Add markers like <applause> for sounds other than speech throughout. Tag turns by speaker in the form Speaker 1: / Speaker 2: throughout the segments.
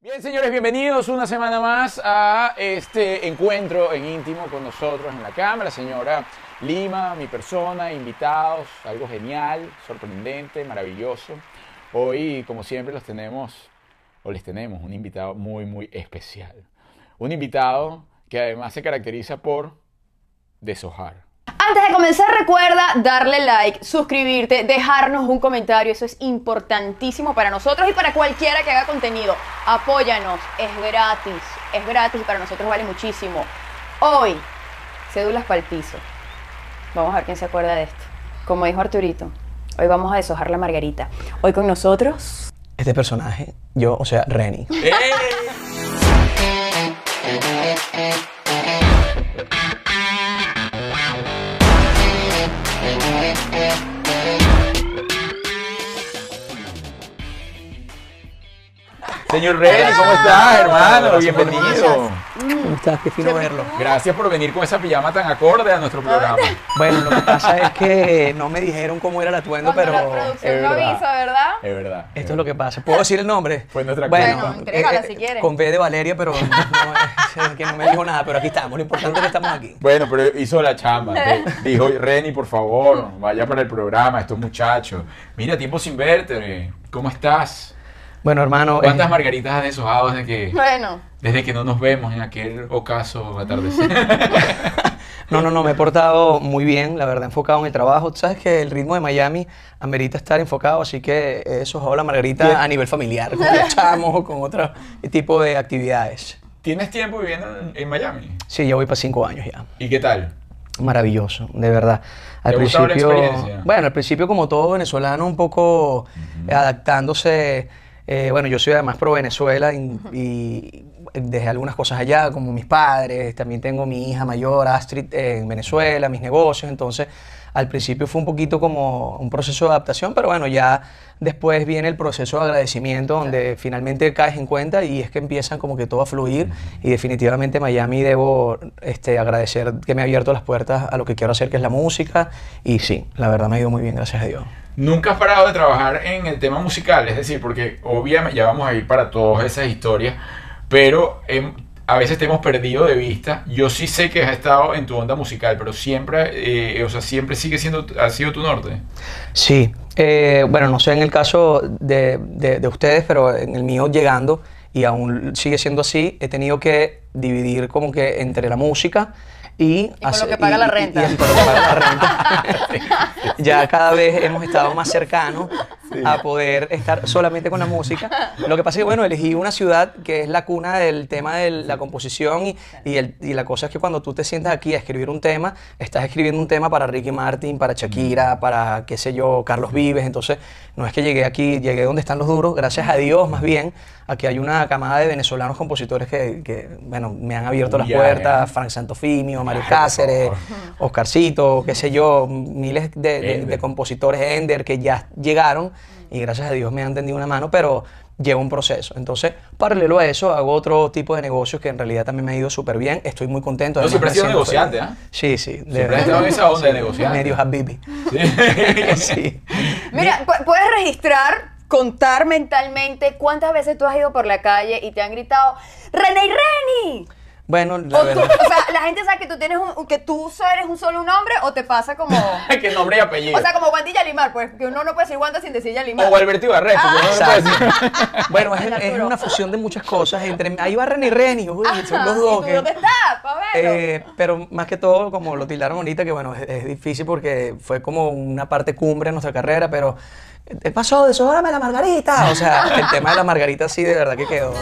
Speaker 1: Bien, señores, bienvenidos una semana más a este encuentro en íntimo con nosotros en la cámara, señora Lima, mi persona, invitados, algo genial, sorprendente, maravilloso. Hoy, como siempre, los tenemos, o les tenemos, un invitado muy, muy especial. Un invitado que además se caracteriza por deshojar.
Speaker 2: Antes de comenzar, recuerda darle like, suscribirte, dejarnos un comentario. Eso es importantísimo para nosotros y para cualquiera que haga contenido. Apóyanos, es gratis, es gratis y para nosotros vale muchísimo. Hoy, cédulas para el piso. Vamos a ver quién se acuerda de esto. Como dijo Arturito, hoy vamos a deshojar la margarita. Hoy con nosotros.
Speaker 3: este personaje, yo, o sea, <laughs> Renny.
Speaker 1: Señor Rey, ¿cómo estás, hermano? Bienvenido.
Speaker 3: ¿Cómo estás? Qué fino verlo.
Speaker 1: Gracias por venir con esa pijama tan acorde a nuestro programa.
Speaker 3: Bueno, lo que pasa es que no me dijeron cómo era el atuendo, pero
Speaker 2: la producción
Speaker 1: es
Speaker 2: no
Speaker 1: verdad. Eh.
Speaker 2: avisa, ¿verdad?
Speaker 1: Es verdad.
Speaker 3: esto es lo que pasa. ¿Puedo decir el
Speaker 1: <laughs>
Speaker 3: nombre? eh,
Speaker 1: Fue nuestra culpa.
Speaker 2: Bueno, entrégala si quieres.
Speaker 3: Con B de Valeria, pero no, es que no me dijo nada, pero aquí estamos. Lo importante es que estamos aquí.
Speaker 1: Bueno, pero hizo la chamba. te- Dijo, Reni, por favor, vaya para el programa, estos muchachos. Mira, tiempo sin verte. ¿Cómo estás?
Speaker 3: Bueno, hermano. eh,
Speaker 1: ¿Cuántas margaritas has deshojado desde que,
Speaker 2: Bueno,
Speaker 1: desde que no nos vemos en aquel ocaso atardecer?
Speaker 3: No, no, no, me he portado muy bien, la verdad, enfocado en el trabajo. Tú sabes que el ritmo de Miami amerita estar enfocado, así que eso es la margarita a nivel familiar, con los chamos, con otro tipo de actividades.
Speaker 1: ¿Tienes tiempo viviendo en- en Miami?
Speaker 3: Sí, ya voy para cinco años ya.
Speaker 1: ¿Y qué tal?
Speaker 3: Maravilloso, de verdad. Al
Speaker 1: ¿Te ha gustado la experiencia?
Speaker 3: bueno, al principio como todo venezolano un poco eh, adaptándose. eh, bueno, yo soy además pro Venezuela y, y dejé algunas cosas allá, como mis padres. También tengo mi hija mayor, Astrid, eh, en Venezuela, mis negocios. Entonces, al principio fue un poquito como un proceso de adaptación, pero bueno, ya después viene el proceso de agradecimiento donde finalmente caes en cuenta y es que empiezan como que todo a fluir y definitivamente Miami debo este, agradecer que me ha abierto las puertas a lo que quiero hacer que es la música y sí, la verdad me ha ido muy bien, gracias a Dios.
Speaker 1: Nunca has parado de trabajar en el tema musical, es decir, porque obviamente ya vamos a ir para todas esas historias, pero em, a veces te hemos perdido de vista. Yo sí sé que has estado en tu onda musical, pero siempre, eh, o sea, siempre sigue siendo, ha sido tu norte.
Speaker 3: Sí, eh, bueno, no sé en el caso de, de- de ustedes, pero en el mío llegando, y aún sigue siendo así, he tenido que dividir como que entre la música y...
Speaker 2: con
Speaker 3: hace-
Speaker 2: lo que paga la renta.
Speaker 3: y con lo que paga la renta. <laughs> ya cada vez hemos estado más cercanos a poder estar solamente con la música. Lo que pasa es que, bueno, elegí una ciudad que es la cuna del tema de la composición y, y el- y la cosa es que cuando tú te sientas aquí a escribir un tema, estás escribiendo un tema para Ricky Martin, para Shakira, para, qué sé yo, Carlos Vives. Entonces, no es que llegué aquí, llegué donde están los duros, gracias a Dios más bien, aquí hay una camada de venezolanos compositores que, que, bueno, me han abierto
Speaker 1: Un
Speaker 3: las
Speaker 1: viaje.
Speaker 3: puertas, Frank Santofimio, Mario
Speaker 1: Ay, por
Speaker 3: Cáceres,
Speaker 1: favor.
Speaker 3: Oscarcito, qué sé yo, miles de, de-
Speaker 1: Ender. Mm.
Speaker 3: de compositores Ender que ya llegaron y gracias a Dios me han tendido una mano, pero lleva un proceso. Entonces, paralelo a eso, hago otro tipo de negocios que en realidad también me ha ido súper bien. Estoy muy contento.
Speaker 1: No,
Speaker 3: además,
Speaker 1: siempre has
Speaker 3: me
Speaker 1: sido
Speaker 3: siento
Speaker 1: negociante,
Speaker 3: feliz.
Speaker 1: ¿ah?
Speaker 3: Sí, sí. de
Speaker 1: Siempre has
Speaker 3: verdad.
Speaker 1: estado en esa onda de
Speaker 3: Sí,
Speaker 1: negociante.
Speaker 3: Medio
Speaker 1: <laughs>
Speaker 3: habibi.
Speaker 2: <laughs>
Speaker 3: Sí.
Speaker 2: Mira, pu- puedes registrar, contar mentalmente cuántas veces tú has ido por la calle y te han gritado René y Reni.
Speaker 3: Bueno,
Speaker 2: O,
Speaker 3: la
Speaker 2: tú-
Speaker 3: verdad.
Speaker 2: o sea, la gente sabe que tú tienes un, que tú solo eres un solo un hombre o te pasa como, o
Speaker 1: que nombre y apellido.
Speaker 2: sea, como Wanda y Yalimar, pues que uno no puede decir Wanda sin decir Yalimar.
Speaker 1: O Alberto Ibarreto. que no lo puedo
Speaker 3: Exacto.
Speaker 1: decir.
Speaker 3: Bueno, es,
Speaker 2: El
Speaker 3: es
Speaker 2: Arturo.
Speaker 3: una fusión de muchas cosas. Entre, ahí va René y Reni. Uy,
Speaker 2: Ajá,
Speaker 3: son los
Speaker 2: ¿y
Speaker 3: dos.
Speaker 2: tú
Speaker 3: que-
Speaker 2: dónde estás, Pabelo?
Speaker 3: Eh, pero más que todo, como lo tildaron ahorita, que bueno, es, es difícil porque fue como una parte cumbre en nuestra carrera, pero eh, pasó de eso, la margarita. O sea, el tema de la margarita sí, de verdad que quedó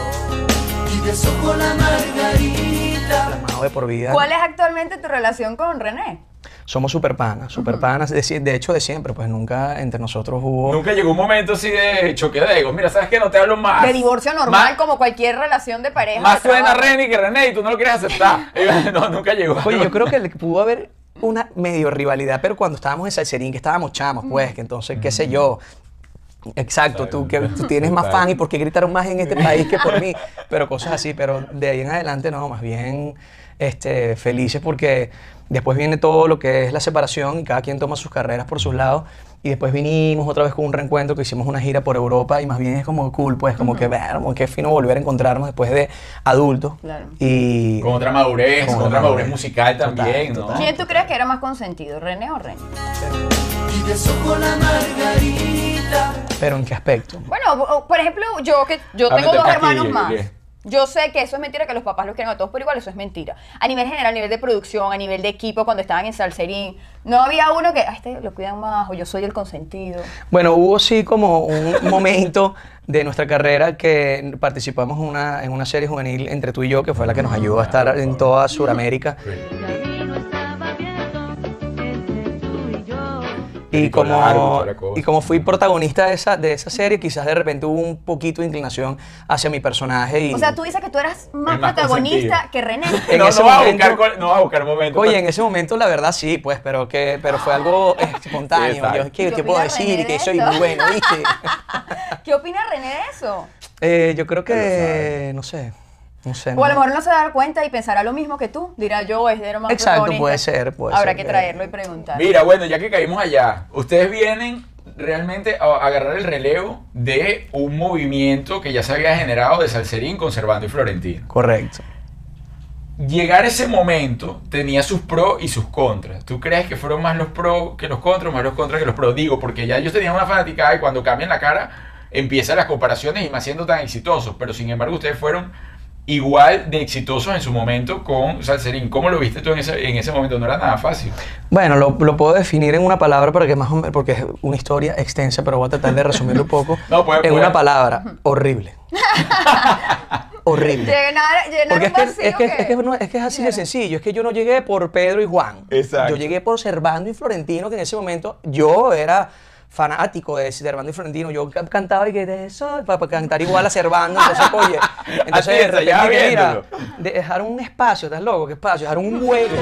Speaker 4: y deshojo la margarita.
Speaker 3: plasmado de por vida.
Speaker 2: ¿Cuál es actualmente tu relación con René?
Speaker 3: Somos super panas, super panas, de, si- de hecho de siempre, pues nunca entre nosotros hubo...
Speaker 1: Nunca llegó un momento así de choque de egos. Mira, ¿sabes que No te hablo más.
Speaker 2: De divorcio normal,
Speaker 1: Más,
Speaker 2: como cualquier relación de pareja.
Speaker 1: Ah, más
Speaker 2: de
Speaker 1: suena
Speaker 2: trabajo.
Speaker 1: Reni que René y tú no lo quieres
Speaker 2: <laughs>
Speaker 1: aceptar. <laughs> No, nunca llegó.
Speaker 3: Oye, yo creo que le pudo haber una medio rivalidad, pero cuando estábamos en Salserín, que estábamos chamos, pues, que entonces, qué sé yo. Exacto, tú, que, tú tienes más fan y por qué gritaron más en este país que por mí, pero cosas así, pero de ahí en adelante no, más bien este, felices porque después viene todo lo que es la separación y cada quien toma sus carreras por sus lados Y después vinimos otra vez con un reencuentro que hicimos una gira por Europa y más bien es como cool, pues como que, ver, como que fino volver a encontrarnos después de adultos.
Speaker 2: Claro.
Speaker 3: Y
Speaker 1: Con otra madurez,
Speaker 3: Con
Speaker 1: con,
Speaker 3: otra
Speaker 1: otra madurez
Speaker 3: madurez.
Speaker 1: musical
Speaker 3: Total,
Speaker 1: también, ¿no?
Speaker 3: total.
Speaker 2: ¿Quién tú crees que era más consentido, René o René?
Speaker 4: y besó con la margarita.
Speaker 3: pero en qué aspecto?
Speaker 2: Bueno, o- por ejemplo, yo que yo
Speaker 1: Ábrete
Speaker 2: tengo dos
Speaker 1: aquí,
Speaker 2: hermanos más.
Speaker 1: Yeye.
Speaker 2: Yo sé que eso es mentira, que los papás los quieren a todos, pero igual eso es mentira. A nivel general, a nivel de producción, a nivel de equipo, cuando estaban en Salserín, no había uno que, ay, este lo cuidan más, o yo soy el consentido.
Speaker 3: Bueno, hubo sí como un <laughs> momento de nuestra carrera que participamos en una, en una serie juvenil entre tú y yo, que fue la que nos ayudó a estar en toda Sudamérica. Y
Speaker 1: Película larga,
Speaker 3: como,
Speaker 1: toda la cosa.
Speaker 3: y como fui protagonista de esa, de esa serie, quizás de repente hubo un poquito de inclinación hacia mi personaje. Y,
Speaker 2: O sea, tú dices que tú eras más,
Speaker 1: El más
Speaker 2: protagonista
Speaker 1: consentido.
Speaker 2: que
Speaker 3: <laughs>
Speaker 2: René.
Speaker 3: en
Speaker 1: no,
Speaker 3: ese
Speaker 1: no va a
Speaker 3: momento-
Speaker 1: buscar, col- no va a buscar pues. momentos.
Speaker 3: Oye, en ese momento la verdad sí, pues, pero que pero
Speaker 2: <laughs>
Speaker 3: fue algo
Speaker 1: Sí,
Speaker 3: espontáneo.
Speaker 1: exacto.
Speaker 3: Yo, ¿qué,
Speaker 2: ¿Qué
Speaker 3: qué puedo
Speaker 2: opina René
Speaker 3: decir?
Speaker 2: de
Speaker 3: Que soy
Speaker 2: esto?
Speaker 3: muy bueno,
Speaker 2: <laughs>
Speaker 3: ¿viste?
Speaker 2: ¿Qué opina René de eso?
Speaker 3: Eh, yo creo que,
Speaker 1: sabe.
Speaker 3: no sé, no sé.
Speaker 2: O a lo
Speaker 3: no-
Speaker 2: mejor no se dará cuenta y pensará lo mismo que tú. Dirá yo, es de lo más
Speaker 3: Exacto,
Speaker 2: protagonista.
Speaker 3: puede ser, puede
Speaker 2: Habrá
Speaker 3: ser
Speaker 2: que
Speaker 3: que-
Speaker 2: traerlo y preguntar.
Speaker 1: Mira, bueno, ya que caímos allá, ustedes vienen realmente a agarrar el relevo de un movimiento que ya se había generado de Salserín, Conservando y Florentino.
Speaker 3: Correcto.
Speaker 1: Llegar a ese momento tenía sus pros y sus contras. ¿Tú crees que fueron más los pros que los contras, más los contras que los pros? Digo, porque ya ellos tenían una fanaticada y cuando cambian la cara empiezan las comparaciones y más siendo tan exitosos. Pero sin embargo, ustedes fueron igual de exitosos en su momento con Salserín. ¿Cómo lo viste tú en ese, en ese momento? No era nada fácil.
Speaker 3: Bueno, lo, lo puedo definir en una palabra porque más o menos, porque es una historia extensa, pero voy a tratar de resumirlo un poco.
Speaker 1: <laughs> No, pues, puede-
Speaker 3: en
Speaker 1: puede.
Speaker 3: una palabra,
Speaker 1: <laughs>
Speaker 3: horrible. horrible.
Speaker 2: Llenar, llenar
Speaker 3: Porque es
Speaker 2: un
Speaker 3: que,
Speaker 2: vacío
Speaker 3: es, que, es, que no- es que es así de sencillo. Es que yo no llegué por Pedro y Juan.
Speaker 1: Exacto.
Speaker 3: Yo llegué por Servando y Florentino, que en ese momento yo era fanático de Servando y Florentino. Yo ca- cantaba y que de eso, para, cantar igual a Servando. Entonces,
Speaker 1: <laughs>
Speaker 3: oye, entonces de
Speaker 1: Atienza, ya
Speaker 3: repente, que, mira,
Speaker 1: viéndolo.
Speaker 3: de- dejaron un espacio, ¿estás loco? ¿Qué espacio? Dejaron un hueco.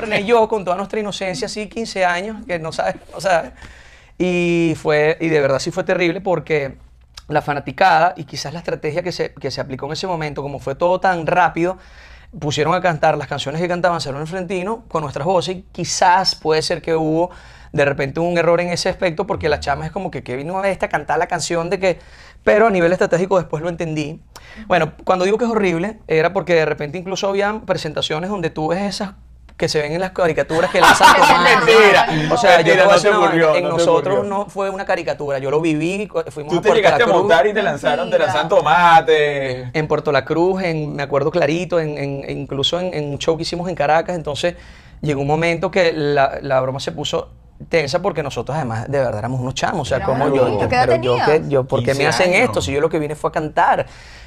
Speaker 3: René y yo, con toda nuestra inocencia, así 15 años, que no sabes, o sea, y fue, y de verdad sí fue terrible porque la fanaticada y quizás la estrategia que se, que se aplicó en ese momento, como fue todo tan rápido, pusieron a cantar las canciones que cantaban Salón Frentino con nuestras voces y quizás puede ser que hubo de repente un error en ese aspecto porque la chama es como que que vino esta a cantar la canción de que pero a nivel estratégico después lo entendí. Bueno, cuando digo que es horrible era porque de repente incluso habían presentaciones donde tú ves esas que se ven en las caricaturas que
Speaker 2: <laughs>
Speaker 3: lanzan
Speaker 2: Eso es
Speaker 3: tomando.
Speaker 2: Ah, mentira.
Speaker 3: O sea,
Speaker 1: Mentira,
Speaker 3: yo te voy a
Speaker 1: no
Speaker 3: decir
Speaker 1: te
Speaker 3: una vaina,
Speaker 1: ocurrió,
Speaker 3: en
Speaker 1: no te
Speaker 3: nosotros
Speaker 1: ocurrió.
Speaker 3: no fue una caricatura, yo lo viví, cu- fuimos
Speaker 1: Tú
Speaker 3: a
Speaker 1: te
Speaker 3: Puerto
Speaker 1: llegaste
Speaker 3: La
Speaker 1: a
Speaker 3: Cruz,
Speaker 1: montar y te lanzaron, te
Speaker 2: Mentira.
Speaker 1: lanzan tomate.
Speaker 3: en Puerto La Cruz, en, me acuerdo clarito, en, en- en- incluso en, en un show que hicimos en Caracas, entonces llegó un momento que la, la broma se puso tensa porque nosotros además de verdad éramos unos chamos, o sea,
Speaker 2: Éramos
Speaker 3: como
Speaker 1: unos
Speaker 3: yo,
Speaker 1: chamos.
Speaker 3: yo-
Speaker 2: ¿Qué edad
Speaker 3: pero yo,
Speaker 2: tenías?
Speaker 3: que- yo, ¿por qué me
Speaker 1: 15
Speaker 3: hacen
Speaker 1: años.
Speaker 3: esto? Si yo lo que vine fue a cantar.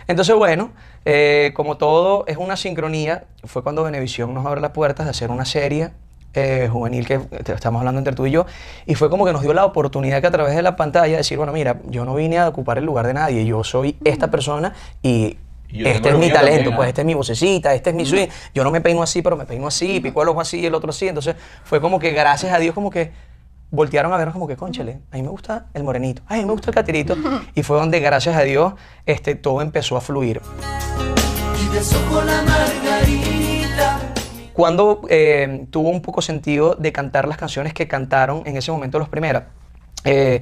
Speaker 3: Entonces, bueno, eh, como todo es una sincronía, fue cuando Benevisión nos abre las puertas de hacer una serie eh, juvenil que te- estamos hablando entre tú y yo, y fue como que nos dio la oportunidad que a través de la pantalla decir, bueno, mira, yo no vine a ocupar el lugar de nadie, yo soy esta persona y...
Speaker 1: Y yo tengo
Speaker 3: este es
Speaker 1: lo
Speaker 3: mi
Speaker 1: mío
Speaker 3: talento,
Speaker 1: también, Mm.
Speaker 3: pues
Speaker 1: ¿ah?
Speaker 3: este es mi vocecita, este es mi swing. Yo no me peino así, pero me peino así, pico el ojo así y el otro así. Entonces fue como que gracias a Dios como que voltearon a vernos como que, conchale, a mí me gusta el morenito, a mí me gusta el catirito. Y fue donde gracias a Dios este, todo empezó a fluir.
Speaker 4: y besó con la margarita.
Speaker 3: Cuando eh, tuvo un poco sentido de cantar las canciones que cantaron en ese momento los primeras. Eh,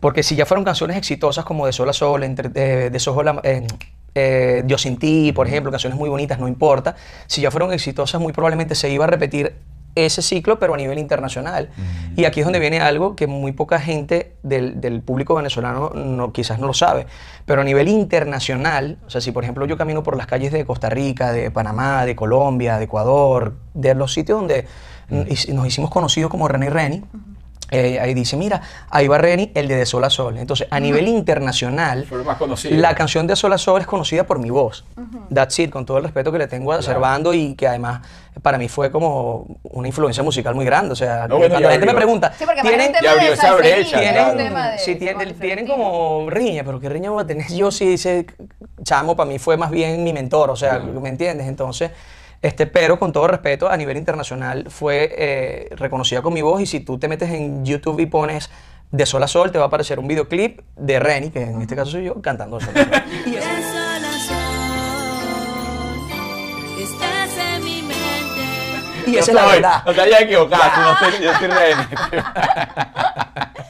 Speaker 3: porque si ya fueron canciones exitosas como De Sol a Sol, entre, eh, De Sol a- eh, eh, Dios sin ti, por ejemplo, canciones muy bonitas, no importa. Si ya fueron exitosas, muy probablemente se iba a repetir ese ciclo, pero a nivel internacional. Y aquí es donde viene algo que muy poca gente del, del público venezolano no, quizás no lo sabe, pero a nivel internacional, o sea, si por ejemplo yo camino por las calles de Costa Rica, de Panamá, de Colombia, de Ecuador, de los sitios donde mm, hic- nos hicimos conocidos como René y Reni, eh, ahí dice, mira, ahí va Reni, el de De Sol a Sol. Entonces, a nivel internacional,
Speaker 1: Fue lo más conocido.
Speaker 3: la canción de Sol a Sol es conocida por mi voz. That's it, con todo el respeto que le tengo a Servando y que además para mí fue como una influencia musical muy grande. O sea,
Speaker 1: No, bueno,
Speaker 3: cuando
Speaker 1: ya
Speaker 3: la gente me
Speaker 1: abrió.
Speaker 3: pregunta,
Speaker 2: Sí, porque
Speaker 3: ¿tienen,
Speaker 1: ya abrió esa brecha,
Speaker 3: tienen-
Speaker 1: claro.
Speaker 3: sí, tienen, tienen como riña, pero ¿qué riña voy a tener yo si ese chamo para mí fue más bien mi mentor? O sea, ¿me entiendes? Entonces, este, pero con todo respeto, a nivel internacional fue eh, reconocida con mi voz y si tú te metes en YouTube y pones de sol a sol, te va a aparecer un videoclip de Reni, que en este caso soy yo, cantando <laughs> sol a sol.
Speaker 5: De sol a sol, estás en mi mente.
Speaker 3: Y esa es la
Speaker 1: estoy-
Speaker 3: verdad.
Speaker 1: No te hayas equivocado, tú no estoy- yo estoy rehén.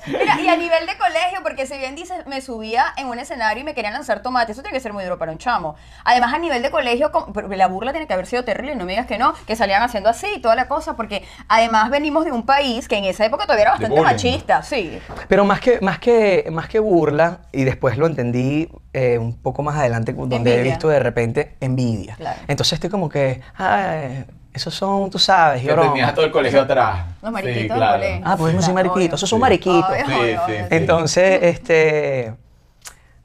Speaker 2: Mira, y a nivel de colegio, porque si bien dices, me subía en un escenario y me querían lanzar tomate, eso tiene que ser muy duro para un chamo. Además, a nivel de colegio, com- pero la burla tiene que haber sido terrible, no me digas que no, que salían haciendo así y toda la cosa, porque además venimos de un país que en esa época todavía era
Speaker 1: De
Speaker 2: bastante
Speaker 1: bullying.
Speaker 2: machista, sí.
Speaker 3: Pero más que, más que, más que burla, y después lo entendí eh, un poco más adelante, cu- donde he
Speaker 2: Envidia.
Speaker 3: visto de repente envidia.
Speaker 2: Claro.
Speaker 3: Entonces estoy como que, ay, esos son, tú sabes,
Speaker 1: Yo
Speaker 3: llorón.
Speaker 1: tenía todo el colegio atrás.
Speaker 2: Los mariquitos
Speaker 1: Sí,
Speaker 2: del
Speaker 1: claro.
Speaker 2: colegio.
Speaker 3: Ah, pues no soy
Speaker 2: Claro,
Speaker 3: mariquito,
Speaker 2: obvio.
Speaker 3: esos son
Speaker 1: Sí.
Speaker 3: mariquitos.
Speaker 2: Obvio,
Speaker 1: Sí,
Speaker 2: obvez,
Speaker 1: sí,
Speaker 2: obvez.
Speaker 1: sí.
Speaker 3: Entonces, este,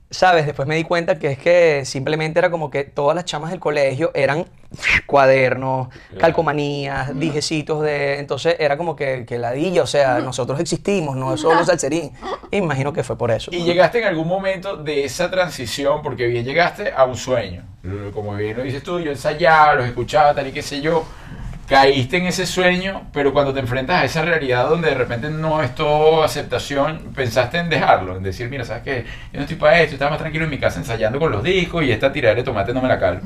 Speaker 3: sabes, después me di cuenta que es que simplemente era como que todas las chamas del colegio eran cuadernos,
Speaker 1: Claro.
Speaker 3: calcomanías, dijecitos de, entonces era como que, que ladilla,
Speaker 2: <laughs>
Speaker 3: o sea, nosotros existimos, no es solo salserín. Imagino que fue por eso.
Speaker 1: Y llegaste en algún momento de esa transición, porque bien llegaste a un sueño. Como bien lo dices tú, yo ensayaba, los escuchaba, tal y qué sé yo. Caíste en ese sueño, pero cuando te enfrentas a esa realidad donde de repente no es todo aceptación, pensaste en dejarlo, en decir, mira, ¿sabes qué? Yo no estoy para esto, yo estaba más tranquilo en mi casa ensayando con los discos y esta tirada de tomate no me la calmo.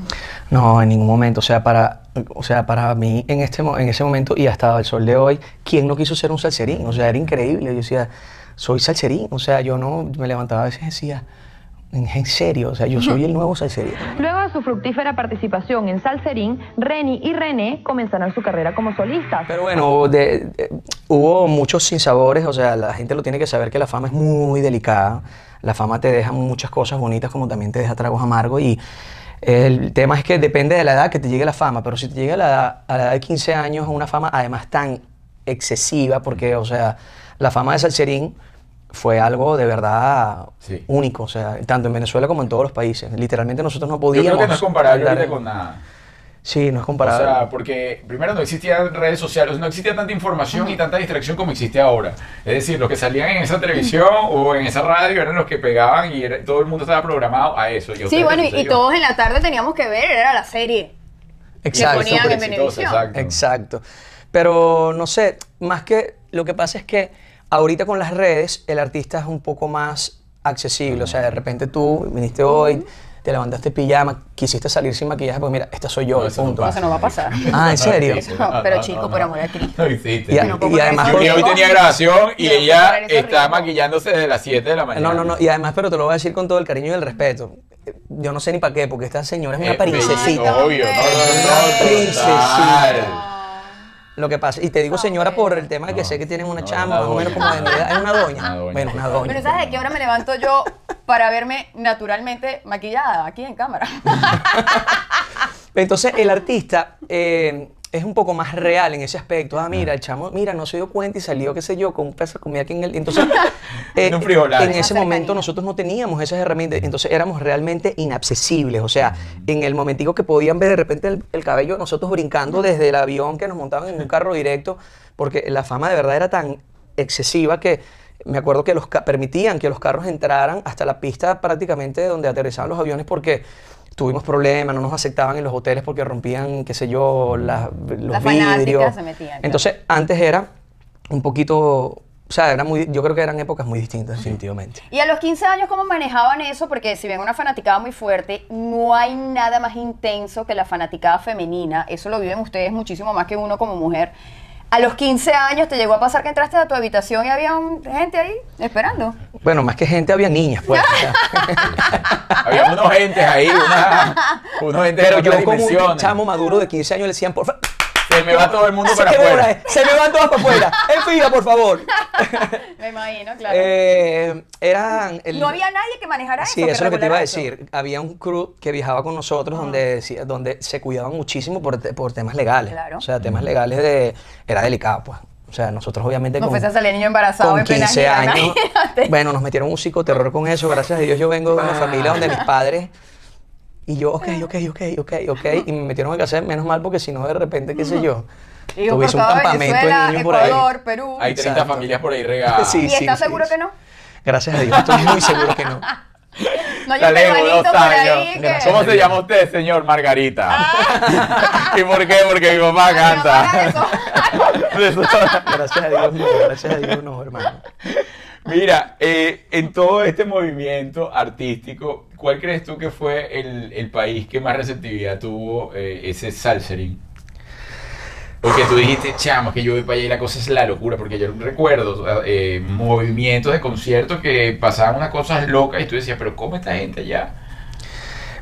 Speaker 3: No, en ningún momento. O sea, para, o sea, para mí en, este, mo- en ese momento y hasta el sol de hoy, ¿quién no quiso ser un salserín? O sea, era increíble. Yo decía, soy salserín. O sea, yo no me levantaba a veces y decía, en en serio, o sea, yo soy el nuevo salserín.
Speaker 5: Luego de su fructífera participación en Salserín, Reni y René comenzaron su carrera como solistas.
Speaker 3: Pero bueno, de- de- hubo muchos sinsabores, o sea, la gente lo tiene que saber que la fama es muy delicada. La fama te deja muchas cosas bonitas como también te deja tragos amargos y el tema es que depende de la edad que te llegue la fama, pero si te llega a la edad, a la edad de 15 años, una fama además tan excesiva, porque, o sea, la fama de Salserín fue algo de verdad
Speaker 1: Sí.
Speaker 3: único, o sea, tanto en Venezuela como en todos los países. Literalmente nosotros no
Speaker 1: Yo
Speaker 3: podíamos...
Speaker 1: creo que no es comparable
Speaker 3: andar
Speaker 1: ahorita
Speaker 3: en-
Speaker 1: con nada.
Speaker 3: Sí, no es
Speaker 1: O
Speaker 3: comparable.
Speaker 1: sea, porque primero no existían redes sociales, no existía tanta información y tanta distracción como existe ahora. Es decir, los que salían en esa televisión o en esa radio eran los que pegaban y era- todo el mundo estaba programado a eso. Y a
Speaker 2: Sí,
Speaker 1: ustedes
Speaker 2: bueno,
Speaker 1: les
Speaker 2: y, y
Speaker 1: sucedió.
Speaker 2: todos en la tarde teníamos que ver, era la serie.
Speaker 3: Exacto.
Speaker 2: ponían
Speaker 1: Súper
Speaker 2: en
Speaker 1: exitoso,
Speaker 2: Venevisión.
Speaker 1: Exacto.
Speaker 3: Exacto. Pero no sé, más que lo que pasa es que ahorita con las redes el artista es un poco más accesible. O sea, de repente tú viniste hoy, te levantaste pijama, quisiste salir sin maquillaje, pues mira, esta soy yo,
Speaker 1: No,
Speaker 3: y
Speaker 1: eso no
Speaker 3: punto.
Speaker 1: pasa.
Speaker 2: Eso no va a pasar.
Speaker 3: Ah, ¿en serio?
Speaker 1: Sí,
Speaker 2: No, pero chico, por amor a Cristo.
Speaker 1: No existe.
Speaker 3: Y, a-
Speaker 2: no puedo
Speaker 3: y
Speaker 2: creer
Speaker 3: además,
Speaker 2: eso.
Speaker 3: por-
Speaker 1: Yuri hoy tenía grabación y
Speaker 2: No puedo
Speaker 1: ella
Speaker 2: creer ese
Speaker 1: está
Speaker 2: ritmo.
Speaker 1: maquillándose desde las 7 de la mañana.
Speaker 3: no, no, no, y además, pero te lo voy a decir con todo el cariño y el respeto. Yo no sé ni para qué, porque esta señora es una
Speaker 1: Eh,
Speaker 3: princesita.
Speaker 1: bello, Obvio, no, no, no,
Speaker 3: Una
Speaker 1: total.
Speaker 3: princesita. Lo que pasa, y te digo señora por el tema de que
Speaker 1: No,
Speaker 3: sé que tienen una
Speaker 1: no, una
Speaker 3: chama, más o menos
Speaker 1: doña.
Speaker 3: como de mi edad. Es una doña.
Speaker 1: Una doña,
Speaker 3: Bueno, una
Speaker 1: total.
Speaker 3: doña.
Speaker 2: Pero ¿sabes de qué hora me levanto yo para verme naturalmente maquillada aquí en cámara?
Speaker 3: Entonces, el artista eh, es un poco más real en ese aspecto. Ah, mira, el chamo, mira, no se dio cuenta y salió, qué sé yo, con un pedazo de comida aquí en el. Entonces,
Speaker 1: <laughs>
Speaker 3: eh,
Speaker 1: En un frigolar.
Speaker 3: en ese
Speaker 2: Una
Speaker 3: momento
Speaker 2: cercanía.
Speaker 3: nosotros no teníamos esas herramientas. Entonces, éramos realmente inaccesibles. O sea, en el momentico que podían ver de repente el, el cabello, de nosotros brincando desde el avión que nos montaban en un carro directo, porque la fama de verdad era tan excesiva que. Me acuerdo que los ca- permitían que los carros entraran hasta la pista prácticamente donde aterrizaban los aviones porque tuvimos problemas, no nos aceptaban en los hoteles porque rompían, qué sé yo, las, los
Speaker 2: Las fanáticas
Speaker 3: vidrios.
Speaker 2: se metían, claro.
Speaker 3: Entonces, antes era un poquito, o sea, era muy, yo creo que eran épocas muy distintas, definitivamente.
Speaker 2: Y a los 15 años, ¿cómo manejaban eso? Porque si bien una fanaticada muy fuerte, no hay nada más intenso que la fanaticada femenina. Eso lo viven ustedes muchísimo más que uno como mujer. A los 15 años, ¿te llegó a pasar que entraste a tu habitación y había un- gente ahí esperando?
Speaker 3: Bueno, más que gente, había niñas,
Speaker 2: <laughs>
Speaker 3: pues. o sea.
Speaker 1: Había unos entes ahí,
Speaker 2: <laughs>
Speaker 1: una- unos entes de
Speaker 3: pero
Speaker 1: otras
Speaker 3: yo como un
Speaker 1: dimensiones.
Speaker 3: chamo maduro de 15 años le decían, por favor,
Speaker 1: Se me va todo el mundo
Speaker 3: <laughs> se,
Speaker 1: para
Speaker 3: me van- eh,
Speaker 1: afuera.
Speaker 3: se me van todas para afuera, en fila,
Speaker 2: <laughs>
Speaker 3: por favor.
Speaker 2: Me imagino,
Speaker 3: Eh, eran... el-
Speaker 2: no había nadie que manejara eso.
Speaker 3: Sí, eso es lo que te iba a
Speaker 2: regulara eso. Ah.
Speaker 3: decir. Había un crew que viajaba con nosotros donde, decía- donde se cuidaban muchísimo por, te- por temas legales.
Speaker 2: Claro.
Speaker 3: O sea, temas legales de, era delicado, pues. O sea, nosotros obviamente
Speaker 2: No
Speaker 3: con,
Speaker 2: fuese a salir niño embarazado
Speaker 3: con
Speaker 2: en plena
Speaker 3: 15
Speaker 2: gira,
Speaker 3: años.
Speaker 2: imagínate.
Speaker 3: Bueno, nos metieron un psicoterror con eso. Gracias a Dios yo vengo de
Speaker 1: Ah.
Speaker 3: una familia donde mis padres... Y yo, ok, ok, ok, ok, ok. Y me metieron a casa, menos mal, porque si no, de repente, qué sé yo,
Speaker 2: Y por
Speaker 3: tuviese un
Speaker 2: todo
Speaker 3: campamento
Speaker 2: Venezuela,
Speaker 3: de niños por ahí.
Speaker 2: Ecuador, Perú.
Speaker 1: Hay 30
Speaker 3: Exacto.
Speaker 1: familias por ahí regadas.
Speaker 3: <laughs> Sí,
Speaker 2: ¿Y estás
Speaker 3: sí,
Speaker 2: seguro
Speaker 3: sí.
Speaker 2: que no?
Speaker 3: Gracias a Dios, estoy muy seguro que no.
Speaker 2: No hay
Speaker 1: La
Speaker 2: un
Speaker 1: leo,
Speaker 2: peruanito
Speaker 1: dos
Speaker 2: por ahí
Speaker 1: años.
Speaker 2: que...
Speaker 1: ¿Cómo se llama usted, señor Margarita? <laughs> ¿Y por qué? Porque mi papá
Speaker 2: Ah. Ay, no, para
Speaker 1: <laughs> canta.
Speaker 2: eso.
Speaker 3: Gracias a Dios, no. Gracias a Dios, no, hermano.
Speaker 1: Mira, eh, en todo este movimiento artístico, ¿cuál crees tú que fue el, el país que más receptividad tuvo eh, ese salserín? Porque tú dijiste, chamo, que yo voy para allá y la cosa es la locura, porque yo recuerdo eh, movimientos de conciertos que pasaban unas cosas locas y tú decías, pero ¿cómo esta gente allá?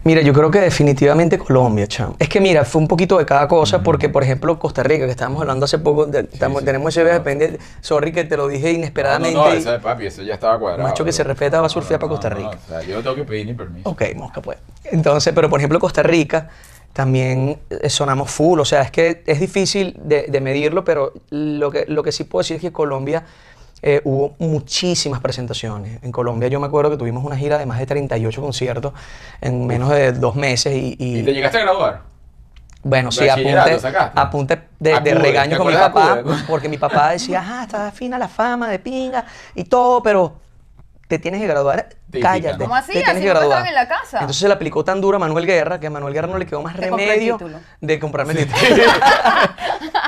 Speaker 3: Mira, yo creo que definitivamente Colombia, chamo. Es que mira, fue un poquito de cada cosa, porque por ejemplo Costa Rica, que estábamos hablando hace poco, de- estamos-
Speaker 1: sí,
Speaker 3: tenemos ese viaje pendiente. Sorry que te lo dije
Speaker 1: No, no,
Speaker 3: inesperadamente.
Speaker 1: no,
Speaker 3: y-
Speaker 1: eso es papi, eso ya estaba cuadrado.
Speaker 3: Macho que se respeta va a surfear para Costa Rica.
Speaker 1: o sea, yo no tengo que pedir ni permiso.
Speaker 3: Ok, mosca pues. Entonces, pero por ejemplo Costa Rica también eh, sonamos full, o sea, es que es difícil de, de medirlo, pero lo que, lo que sí puedo decir es que Colombia eh, hubo muchísimas presentaciones. En Colombia yo me acuerdo que tuvimos una gira de más de 38 conciertos en menos de dos meses y, y-
Speaker 1: ¿Y te llegaste a graduar?
Speaker 3: bueno, sí,
Speaker 1: Bachillerato
Speaker 3: apunte,
Speaker 1: sacaste.
Speaker 3: apunte de, de
Speaker 1: Acude, ¿te
Speaker 3: regaño con mi
Speaker 1: acuerdas de <laughs>
Speaker 3: papá,
Speaker 1: acude?
Speaker 3: porque mi papá decía, ah, está fina la fama de pinga y todo, pero te tienes que graduar,
Speaker 1: Típica,
Speaker 3: cállate.
Speaker 1: ¿no?
Speaker 2: ¿Cómo así?
Speaker 3: Te tienes
Speaker 2: Así
Speaker 3: que
Speaker 2: no pasaban
Speaker 3: graduar.
Speaker 2: en la casa.
Speaker 3: Entonces se le aplicó tan dura a Manuel Guerra que a Manuel Guerra no le quedó más
Speaker 2: Te compré el
Speaker 3: remedio
Speaker 2: título.
Speaker 3: de comprarme el título.
Speaker 1: <laughs>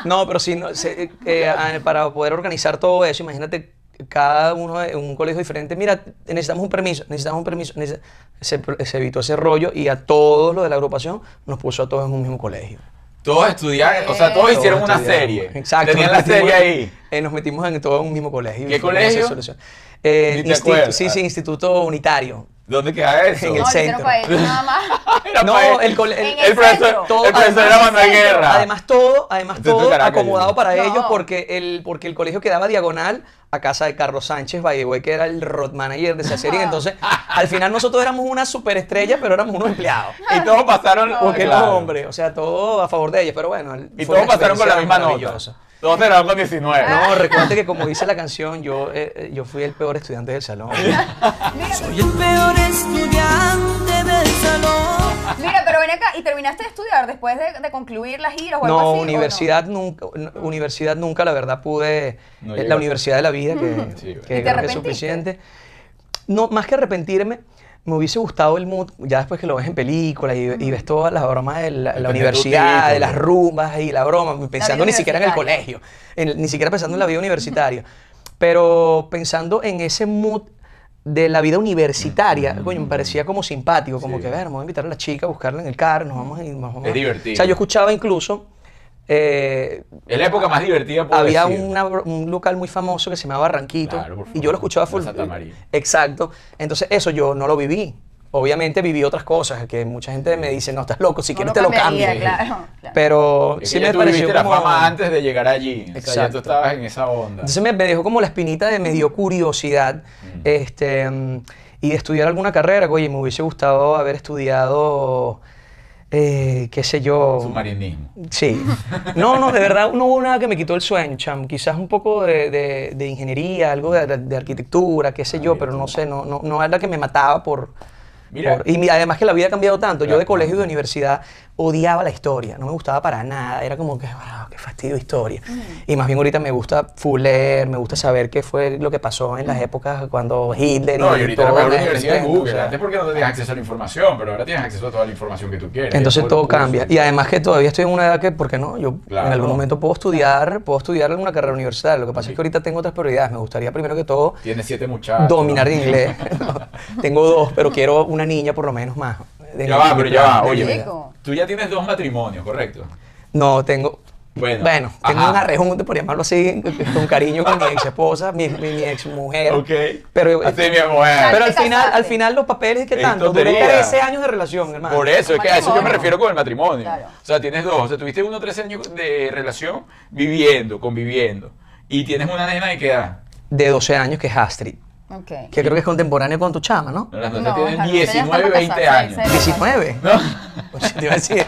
Speaker 3: No, pero sí, no, se- eh, a- para poder organizar todo eso, imagínate cada uno de un colegio diferente, mira, necesitamos un permiso, necesitamos un permiso, necesi- se, se evitó ese rollo y a todos los de la agrupación nos puso a todos en un mismo colegio.
Speaker 1: Todos estudiaron, o sea, todos
Speaker 2: Todos
Speaker 1: hicieron una
Speaker 3: estudiaron.
Speaker 1: serie.
Speaker 3: Exacto.
Speaker 1: Tenían
Speaker 3: nos
Speaker 1: la
Speaker 3: metimos
Speaker 1: serie
Speaker 3: en-
Speaker 1: ahí.
Speaker 3: eh, nos metimos en todo en un mismo colegio. y
Speaker 1: ¿Qué
Speaker 3: fue como esa
Speaker 1: colegio?
Speaker 3: solución. Eh,
Speaker 1: Ni te
Speaker 3: institu-
Speaker 1: acuerdas.
Speaker 3: sí, sí, Instituto Unitario.
Speaker 1: ¿Dónde queda eso?
Speaker 3: En
Speaker 2: No,
Speaker 3: el
Speaker 2: lo hicieron
Speaker 3: centro.
Speaker 2: para eso, nada más.
Speaker 3: <laughs>
Speaker 1: Era
Speaker 3: no,
Speaker 1: pa' él.
Speaker 3: el cole-
Speaker 2: En
Speaker 1: el,
Speaker 2: el centro.
Speaker 1: profesor,
Speaker 3: Todo-
Speaker 1: el profesor
Speaker 3: además-
Speaker 1: era Manuel Guerra.
Speaker 3: Además todo, además
Speaker 1: Entonces,
Speaker 3: todo
Speaker 1: Caracas,
Speaker 3: acomodado
Speaker 1: ¿no?
Speaker 3: para
Speaker 2: No.
Speaker 3: ellos porque el, porque el colegio quedaba diagonal a casa de Carlos Sánchez by the way, que era el road manager de esa
Speaker 2: Ah.
Speaker 3: serie. Entonces, al final nosotros éramos una superestrella, pero éramos unos empleados.
Speaker 2: Ah,
Speaker 1: y todos pasaron,
Speaker 3: Porque
Speaker 1: claro.
Speaker 3: no, hombre, o sea, todo a favor de ellos, pero bueno.
Speaker 1: Y
Speaker 3: fue una
Speaker 1: todos pasaron con la misma
Speaker 3: experiencia
Speaker 1: nota.
Speaker 3: maravillosa.
Speaker 1: Todos cerraron con 19.
Speaker 3: No, recuerde que como dice la canción, yo, eh, eh, yo fui el peor estudiante del
Speaker 1: <laughs>
Speaker 3: salón.
Speaker 4: Soy el peor estudiante del salón.
Speaker 2: Mira, pero ven acá, ¿y terminaste de estudiar después de, de concluir las giras o algo así?
Speaker 3: No,
Speaker 2: o
Speaker 3: universidad nunca, n- universidad nunca, la verdad pude,
Speaker 1: No
Speaker 3: eh, la
Speaker 1: llegaste.
Speaker 3: universidad de la vida,
Speaker 1: <laughs>
Speaker 3: que,
Speaker 1: Sí, bueno.
Speaker 3: que
Speaker 2: ¿Y te
Speaker 3: creo que es
Speaker 2: arrepentiste?
Speaker 3: suficiente. No, más que arrepentirme, me hubiese gustado el mood, ya después que lo ves en películas y, y ves todas las bromas de la, la
Speaker 1: Depende de tu
Speaker 3: universidad, de
Speaker 1: título.
Speaker 3: las rumbas y la broma, pensando ni siquiera en el
Speaker 2: universitaria.
Speaker 3: colegio, en- ni siquiera pensando en la vida universitaria, pero pensando en ese mood de la vida universitaria, coño, me parecía como simpático, como
Speaker 1: Mm. Sí.
Speaker 3: que, ver, vamos a invitar a la chica, a buscarla en el carro, nos vamos a ir, nos vamos a-
Speaker 1: Es divertido.
Speaker 3: O sea, yo escuchaba incluso, eh,
Speaker 1: Es la época más divertida, puedo
Speaker 3: había
Speaker 1: decir.
Speaker 3: una- un local muy famoso que se llamaba Barranquito
Speaker 1: Claro, por
Speaker 3: y yo
Speaker 1: favor,
Speaker 3: lo escuchaba
Speaker 1: la
Speaker 3: full.
Speaker 1: Santa María.
Speaker 3: Exacto. Entonces eso yo no lo viví. Obviamente viví otras cosas que mucha gente me dice, no, estás loco, si
Speaker 2: No
Speaker 3: quieres
Speaker 2: lo
Speaker 3: te lo
Speaker 2: cambiaría,
Speaker 3: cambio.
Speaker 2: claro, claro.
Speaker 3: <laughs> Pero
Speaker 1: Es que
Speaker 3: sí
Speaker 1: ya
Speaker 3: me
Speaker 1: tú
Speaker 3: pareció
Speaker 1: viviste la
Speaker 3: como...
Speaker 1: fama antes de llegar allí. O sea, ya tú
Speaker 3: Exacto.
Speaker 1: estabas en esa onda.
Speaker 3: Entonces me, me dejó como la espinita de me dio curiosidad este, mm, y de estudiar alguna carrera. que, Oye, me hubiese gustado haber estudiado, eh, qué sé yo...
Speaker 1: Submarinismo.
Speaker 3: Sí. No, no, de verdad no hubo nada que me quitó el sueño, cham. Quizás un poco de, de- de ingeniería, algo de, de arquitectura, qué sé yo, pero no sé, no, no, no era que me mataba por...
Speaker 1: Mira.
Speaker 3: por- y mi- además que la vida ha cambiado tanto. Yo
Speaker 1: Claro.
Speaker 3: de colegio y de universidad odiaba la historia, no me gustaba para nada. Era como que, wow, qué fastidio historia.
Speaker 1: Mm.
Speaker 3: Y más bien ahorita me gusta full leer, me gusta saber qué fue lo que pasó en las épocas cuando Hitler
Speaker 1: Mm. No, y ahorita la mejor
Speaker 3: las
Speaker 1: universidad es
Speaker 3: guerras,
Speaker 1: Google.
Speaker 3: o sea.
Speaker 1: Antes porque no tenías acceso a la información, pero ahora tienes acceso a toda la información que tú quieres.
Speaker 3: Entonces
Speaker 1: los
Speaker 3: todo
Speaker 1: cursos
Speaker 3: cambia.
Speaker 1: todo.
Speaker 3: Y además que todavía estoy en una edad que, ¿por qué no? Yo
Speaker 1: Claro.
Speaker 3: en algún momento puedo estudiar, puedo estudiar alguna carrera universitaria. Lo que pasa es que ahorita tengo otras prioridades. Me gustaría primero que todo
Speaker 1: Tienes siete muchachos.
Speaker 3: dominar
Speaker 1: ¿no?
Speaker 3: inglés. <laughs>
Speaker 1: <laughs>
Speaker 3: tengo dos, pero quiero una niña por lo menos más. De-
Speaker 1: Ya va, pero ya va.
Speaker 3: de-
Speaker 1: Oye,
Speaker 2: Chico.
Speaker 1: tú ya tienes dos matrimonios, ¿correcto?
Speaker 3: No, tengo...
Speaker 1: Bueno,
Speaker 3: Bueno, tengo
Speaker 1: ajá.
Speaker 3: un arrejunte, por llamarlo así, con cariño con mi ex esposa, mi, mi, ex mujer.
Speaker 1: Ok.
Speaker 3: Eh, Pero,
Speaker 1: Así, mi mujer.
Speaker 3: pero al
Speaker 2: Te
Speaker 3: final, al
Speaker 2: casaste.
Speaker 3: final los papeles que
Speaker 1: Es
Speaker 3: tanto, duré
Speaker 1: tontería.
Speaker 3: 13 años de relación, hermano.
Speaker 1: Por eso, es que a eso yo me
Speaker 2: Matrimonio.
Speaker 1: refiero con el matrimonio.
Speaker 2: Claro.
Speaker 1: O sea, tienes dos. O sea, tuviste uno o tres años de relación viviendo, conviviendo. Y tienes una nena de qué edad.
Speaker 3: De 12 años que es Astrid,
Speaker 2: No? Ok.
Speaker 3: que creo que es contemporáneo con tu chama, ¿no?
Speaker 1: Las
Speaker 2: No,
Speaker 1: dos tienen
Speaker 2: ojalá, ya
Speaker 1: 19,
Speaker 2: estamos
Speaker 1: 20
Speaker 2: casados,
Speaker 1: años.
Speaker 2: en serio.
Speaker 3: 19.
Speaker 1: ¿No?
Speaker 3: Oye, Pues te iba a decir,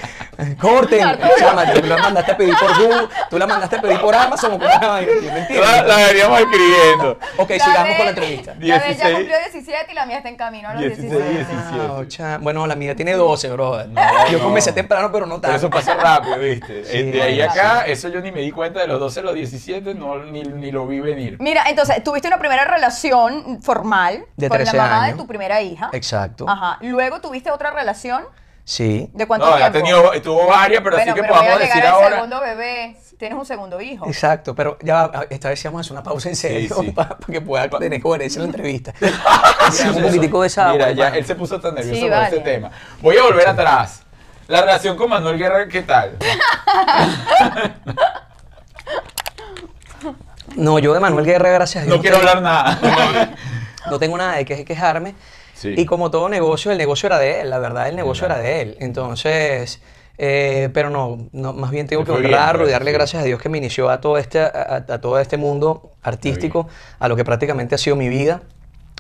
Speaker 3: corten, chama, tú la mandaste a pedir por Google, tú la mandaste a pedir por Amazon o por una vaina, ¿me entiendes?
Speaker 1: La, la veríamos escribiendo.
Speaker 3: Ok, sigamos con la entrevista.
Speaker 2: La de Ah, ya
Speaker 1: 16.
Speaker 2: cumplió 17 y la mía está en camino a los
Speaker 1: 16,
Speaker 2: 16.
Speaker 1: 17.
Speaker 3: Ah, chama, bueno, la mía tiene 12, brother. Yo
Speaker 1: no.
Speaker 3: comencé temprano, pero no
Speaker 1: Pero eso
Speaker 3: tanto.
Speaker 1: pasa rápido, ¿viste?
Speaker 3: Sí.
Speaker 1: Eh, de ahí acá, eso yo ni me di cuenta de los 12 a los 17, no, ni, ni lo vi venir.
Speaker 2: Mira, entonces, tuviste una primera relación formal
Speaker 3: De
Speaker 2: con la
Speaker 3: 13
Speaker 2: mamá
Speaker 3: años.
Speaker 2: de tu primera hija.
Speaker 3: Exacto.
Speaker 2: Ajá. Luego tuviste otra relación.
Speaker 3: Sí.
Speaker 2: ¿De
Speaker 1: No,
Speaker 2: cuánto
Speaker 1: ha
Speaker 2: tiempo?
Speaker 1: tenido, tuvo varias, pero
Speaker 2: bueno,
Speaker 1: así que
Speaker 2: pero voy
Speaker 1: podamos
Speaker 2: a llegar
Speaker 1: decir
Speaker 2: al
Speaker 1: ahora.
Speaker 2: segundo bebé. Tienes un segundo hijo.
Speaker 3: Exacto, pero ya va, esta vez sí vamos a hacer una pausa en serio
Speaker 1: sí.
Speaker 3: <laughs> Para, que pueda tener coherencia en la
Speaker 1: <laughs>
Speaker 3: entrevista.
Speaker 1: Ah, Sí,
Speaker 3: un
Speaker 1: eso.
Speaker 3: poquitico de esa
Speaker 1: Mira,
Speaker 3: agua,
Speaker 1: ya,
Speaker 3: hermano.
Speaker 1: él se puso tan nervioso
Speaker 2: Sí,
Speaker 1: por
Speaker 2: vale.
Speaker 1: este tema. Voy a volver atrás. La relación con Manuel Guerra, ¿qué tal?
Speaker 3: No, yo de Manuel Guerra, gracias a Dios.
Speaker 1: No quiero
Speaker 3: tengo-
Speaker 1: hablar nada.
Speaker 3: No tengo nada de qué quejarme.
Speaker 1: Sí.
Speaker 3: Y como todo negocio, el negocio era de él, la verdad, el negocio
Speaker 1: Claro.
Speaker 3: era de él. Entonces, eh, pero no, no, más bien tengo
Speaker 1: Le
Speaker 3: que
Speaker 1: fue bien,
Speaker 3: honrarlo y
Speaker 1: pues,
Speaker 3: darle
Speaker 1: sí.
Speaker 3: gracias a Dios que me inició a todo este, a, a- a todo este mundo artístico, a lo que prácticamente ha sido mi vida.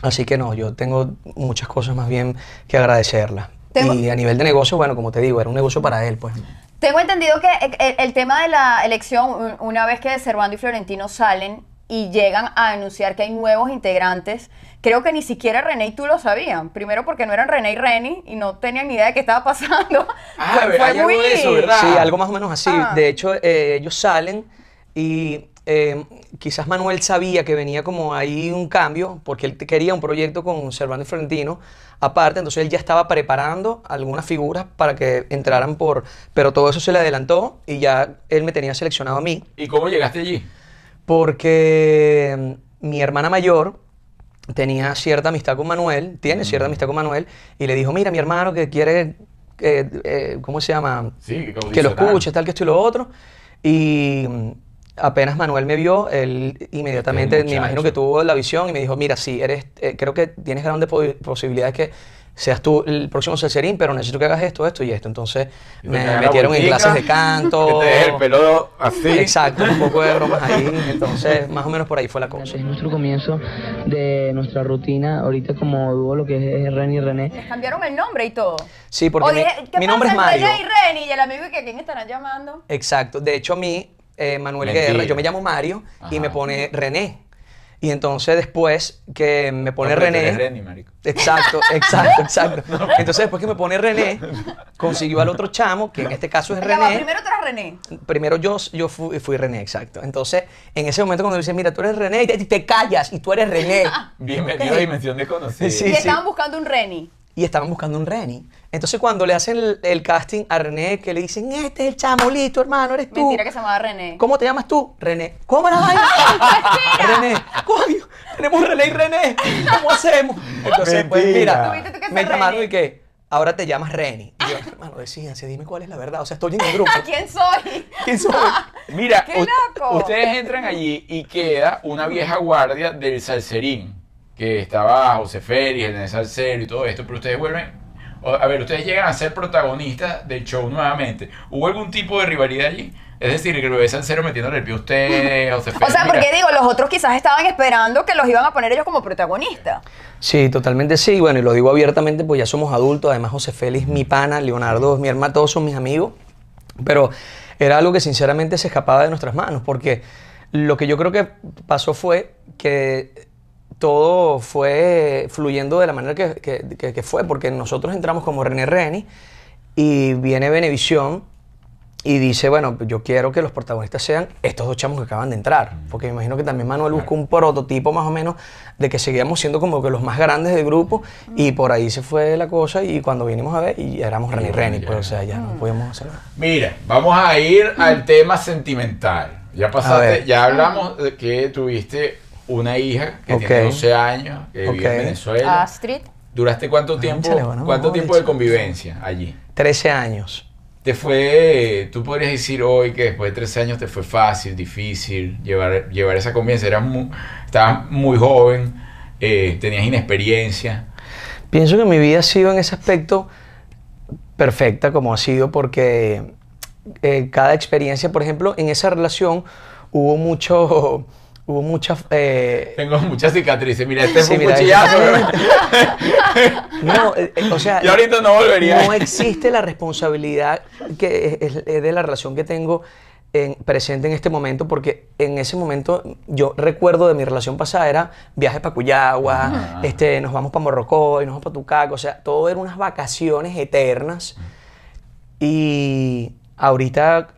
Speaker 3: Así que no, yo tengo muchas cosas más bien que agradecerla.
Speaker 2: Tengo-
Speaker 3: Y a nivel de negocio, bueno, como te digo, era un negocio para él, pues.
Speaker 2: Tengo entendido que e- el, el tema de la elección, un- una vez que Servando y Florentino salen y llegan a anunciar que hay nuevos integrantes, creo que ni siquiera René y tú lo sabían. Primero porque no eran René y Reni y no tenían ni idea de qué estaba pasando.
Speaker 3: <laughs>
Speaker 1: Ah, hay algo de eso, ¿verdad?
Speaker 3: Sí, algo más o menos así.
Speaker 2: Ah.
Speaker 3: De hecho, eh, ellos salen y eh, quizás Manuel sabía que venía como ahí un cambio, porque él quería un proyecto con Servando y Florentino. Aparte, entonces él ya estaba preparando algunas figuras para que entraran por... Pero todo eso se le adelantó y ya él me tenía seleccionado a mí
Speaker 1: ¿Y cómo llegaste allí?
Speaker 3: porque em, mi hermana mayor tenía cierta amistad con Manuel, tiene cierta amistad con Manuel, y le dijo, mira, mi hermano que quiere, eh, eh, ¿cómo se llama?
Speaker 1: Sí, que
Speaker 3: que lo
Speaker 1: audicionar.
Speaker 3: escuche, tal, que esto y lo otro. Y mm, apenas Manuel me vio, él inmediatamente,
Speaker 1: Este
Speaker 3: me imagino
Speaker 1: muchacho.
Speaker 3: que tuvo la visión y me dijo, mira, sí, eres, eh, creo que tienes grandes po- posibilidades que seas tú el próximo Celserín, pero necesito que hagas esto, esto y esto. Entonces
Speaker 1: Y te
Speaker 3: me
Speaker 1: pegan la
Speaker 3: metieron en
Speaker 1: botica,
Speaker 3: clases de
Speaker 1: <laughs>
Speaker 3: canto.
Speaker 1: Que te deje el pelo así.
Speaker 3: Exacto, un poco de bromas ahí. Entonces, más o menos por ahí fue la cosa.
Speaker 6: Es nuestro comienzo de nuestra rutina ahorita como dúo lo que es René y René.
Speaker 2: Les cambiaron el nombre y todo.
Speaker 3: Sí, porque
Speaker 2: Oye,
Speaker 3: mi-
Speaker 2: ¿qué
Speaker 3: mi nombre es
Speaker 2: pasa entre
Speaker 3: Mario.
Speaker 2: René y Reni y el amigo que a quién estarán llamando?
Speaker 3: Exacto. De hecho, a mí, eh, Manuel
Speaker 1: Mentira.
Speaker 3: Guerra, yo me llamo Mario y
Speaker 1: Ajá.
Speaker 3: me pone René. Y entonces después que me pone
Speaker 1: No, pero tú
Speaker 3: René.
Speaker 1: eres René, marico.
Speaker 3: Exacto, exacto, exacto.
Speaker 1: <laughs>
Speaker 3: Entonces después que me pone René, consiguió al otro chamo, que en este caso es
Speaker 2: Ya va,
Speaker 3: René.
Speaker 2: primero tú eras René.
Speaker 3: Primero yo, yo fui, fui René, exacto. Entonces, en ese momento cuando dice, mira, tú eres René, y te, te callas y tú
Speaker 2: <laughs>
Speaker 3: eres René.
Speaker 1: Bienvenido a Dimensión Desconocida.
Speaker 3: Sí,
Speaker 2: y
Speaker 3: sí.
Speaker 2: estaban buscando un Reni.
Speaker 3: y estaban buscando un Reni. Entonces cuando le hacen el, el casting a René, que le dicen, este es el chamo, listo, hermano, eres tú.
Speaker 2: Mentira que se llamaba René.
Speaker 3: ¿Cómo te llamas tú? René. ¿Cómo la
Speaker 2: <laughs>
Speaker 3: vaina? René. Coño, tenemos René y René. ¿Cómo hacemos? Entonces, pues
Speaker 1: Mentira.
Speaker 3: mira,
Speaker 2: Tuviste tú que
Speaker 3: me
Speaker 2: ser
Speaker 3: llamaron
Speaker 2: René.
Speaker 3: y que ahora te llamas Reni. Y yo, hermano, decídense, dime cuál es la verdad. O sea, estoy en el grupo.
Speaker 2: ¿A quién soy?
Speaker 1: <laughs>
Speaker 3: ¿Quién soy?
Speaker 1: Mira,
Speaker 2: ¡Qué
Speaker 1: u-
Speaker 2: loco!
Speaker 1: ustedes entran allí y queda una vieja guardia del salserín, que estaba José Félix, el Nene Salsero y todo esto, pero ustedes vuelven, o- a ver, ustedes llegan a ser protagonistas del show nuevamente. ¿Hubo algún tipo de rivalidad allí? Es decir, el bebé Salsero metiéndole el pie a ustedes, José
Speaker 2: <laughs> O
Speaker 1: Félix.
Speaker 2: sea,
Speaker 1: mira.
Speaker 2: porque digo, los otros quizás estaban esperando que los iban a poner ellos como protagonistas.
Speaker 3: Sí, totalmente sí. Bueno, y lo digo abiertamente, pues ya somos adultos. Además, José Félix, mi pana, Leonardo, mi hermano, todos son mis amigos. Pero era algo que sinceramente se escapaba de nuestras manos, porque lo que yo creo que pasó fue que todo fue fluyendo de la manera que, que- que- que fue, porque nosotros entramos como René Reni y viene Benevisión y dice, bueno, pues yo quiero que los protagonistas sean estos dos chamos que acaban de entrar, porque me imagino que también Manuel buscó un prototipo más o menos de que seguíamos siendo como que los más grandes del grupo y por ahí se fue la cosa y cuando vinimos a ver Mm. y éramos René y René, pues o sea, ya no podíamos hacer nada.
Speaker 1: Mira, vamos a ir al tema sentimental. Ya
Speaker 3: A
Speaker 1: pasaste,
Speaker 3: ver.
Speaker 1: ya hablamos de que tuviste una hija que
Speaker 3: Ok.
Speaker 1: tiene 12 años, que vive en
Speaker 3: Ok.
Speaker 1: Venezuela.
Speaker 2: Astrid.
Speaker 1: ¿Duraste cuánto tiempo,
Speaker 3: Ah, chale, bueno,
Speaker 1: cuánto
Speaker 3: no,
Speaker 1: tiempo
Speaker 3: de
Speaker 1: de convivencia allí?
Speaker 3: 13 años.
Speaker 1: Te fue, tú podrías decir hoy que después de 13 años te fue fácil, difícil llevar, llevar esa convivencia. Eras mu- estabas muy joven, eh, tenías inexperiencia.
Speaker 3: Pienso que mi vida ha sido en ese aspecto perfecta como ha sido porque eh, cada experiencia, por ejemplo, en esa relación hubo mucho, <laughs> hubo muchas... eh,
Speaker 1: Tengo <laughs> muchas cicatrices. Mira, este
Speaker 3: Sí,
Speaker 1: fue un
Speaker 3: mira,
Speaker 1: cuchillazo.
Speaker 3: no, eh, eh, <laughs> o sea...
Speaker 1: Yo ahorita no volvería.
Speaker 3: No existe la responsabilidad que es, es- es de la relación que tengo en- presente en este momento, porque en ese momento yo recuerdo de mi relación pasada era viajes para Cuyagua,
Speaker 1: Ah.
Speaker 3: este, nos vamos para Morrocoy, nos vamos para Tucaco, o sea, todo eran unas vacaciones eternas. Y ahorita,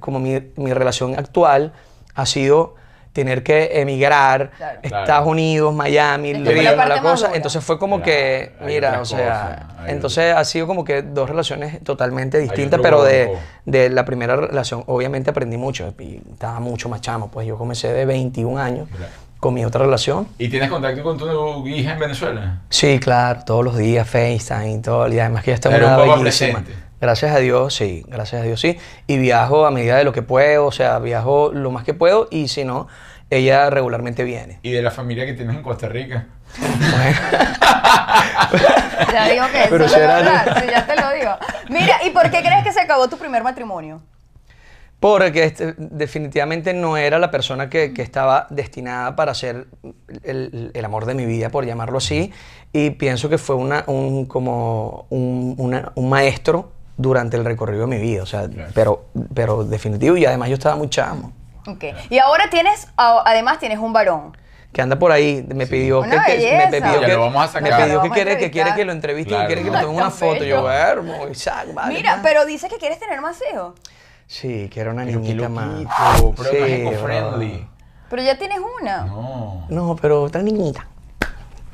Speaker 3: como mi, mi relación actual ha sido tener que emigrar,
Speaker 2: Claro.
Speaker 3: Estados
Speaker 1: Claro.
Speaker 3: Unidos, Miami,
Speaker 2: Esta fue la
Speaker 3: Lima, la,
Speaker 2: parte más
Speaker 3: cosa,
Speaker 2: dura.
Speaker 3: entonces fue como
Speaker 1: Claro,
Speaker 3: que,
Speaker 1: hay
Speaker 3: mira, o
Speaker 1: otras
Speaker 3: sea,
Speaker 1: cosas, hay
Speaker 3: entonces ha sido como que dos relaciones totalmente distintas,
Speaker 1: otro
Speaker 3: pero de,
Speaker 1: grupo.
Speaker 3: de la primera relación obviamente aprendí mucho y estaba mucho más chamo, pues yo comencé de 21 años
Speaker 1: Claro.
Speaker 3: con mi otra relación.
Speaker 1: ¿Y tienes contacto con tu hija en Venezuela?
Speaker 3: Sí, claro, todos los días FaceTime y todo, y además que ya está en
Speaker 1: Era
Speaker 3: una
Speaker 1: un
Speaker 3: edad
Speaker 1: poco
Speaker 3: bellísima.
Speaker 1: presente.
Speaker 3: Gracias a Dios, sí, gracias a Dios, sí. Y viajo a medida de lo que puedo, o sea, viajo lo más que puedo y si no, ella regularmente viene. <laughs>
Speaker 1: Y de la familia que tienes en Costa Rica.
Speaker 2: <laughs>
Speaker 3: <laughs>
Speaker 2: Ya digo que eso
Speaker 3: Pero
Speaker 2: es la
Speaker 3: será-
Speaker 2: verdad, sí, ya te lo digo. Mira, ¿y por qué crees que se acabó tu primer matrimonio?
Speaker 3: Porque este, definitivamente no era la persona que, que estaba destinada para ser el, el amor de mi vida, por llamarlo así. Y pienso que fue una, un, como un, una- un maestro durante el recorrido de mi vida. O sea, pero, pero definitivo. Y además yo estaba muy chamo.
Speaker 2: Ok. Y ahora tienes, a- además tienes un varón.
Speaker 3: Que anda por ahí, me pidió que,
Speaker 2: Una
Speaker 3: que- me- me
Speaker 2: belleza.
Speaker 3: pidió
Speaker 1: Ya
Speaker 3: que,
Speaker 1: lo vamos a
Speaker 3: me
Speaker 1: sacar.
Speaker 3: pidió
Speaker 2: Lo
Speaker 3: que
Speaker 2: vamos a
Speaker 3: quiere, que
Speaker 2: entrevistar.
Speaker 3: quiere que lo entreviste,
Speaker 1: Claro.
Speaker 3: que quiere que le tome
Speaker 2: Tan
Speaker 3: una foto. Yo,
Speaker 2: bello.
Speaker 3: vermo, Isaac, vale.
Speaker 2: Mira,
Speaker 3: vale".
Speaker 2: pero dice que quieres tener más hijos.
Speaker 3: Sí, que era una
Speaker 1: Pero qué
Speaker 3: niñita más.
Speaker 1: loquito, pero más
Speaker 3: Sí, bro.
Speaker 1: eco-friendly.
Speaker 2: Pero ya tienes una.
Speaker 1: No,
Speaker 3: No, pero otra niñita.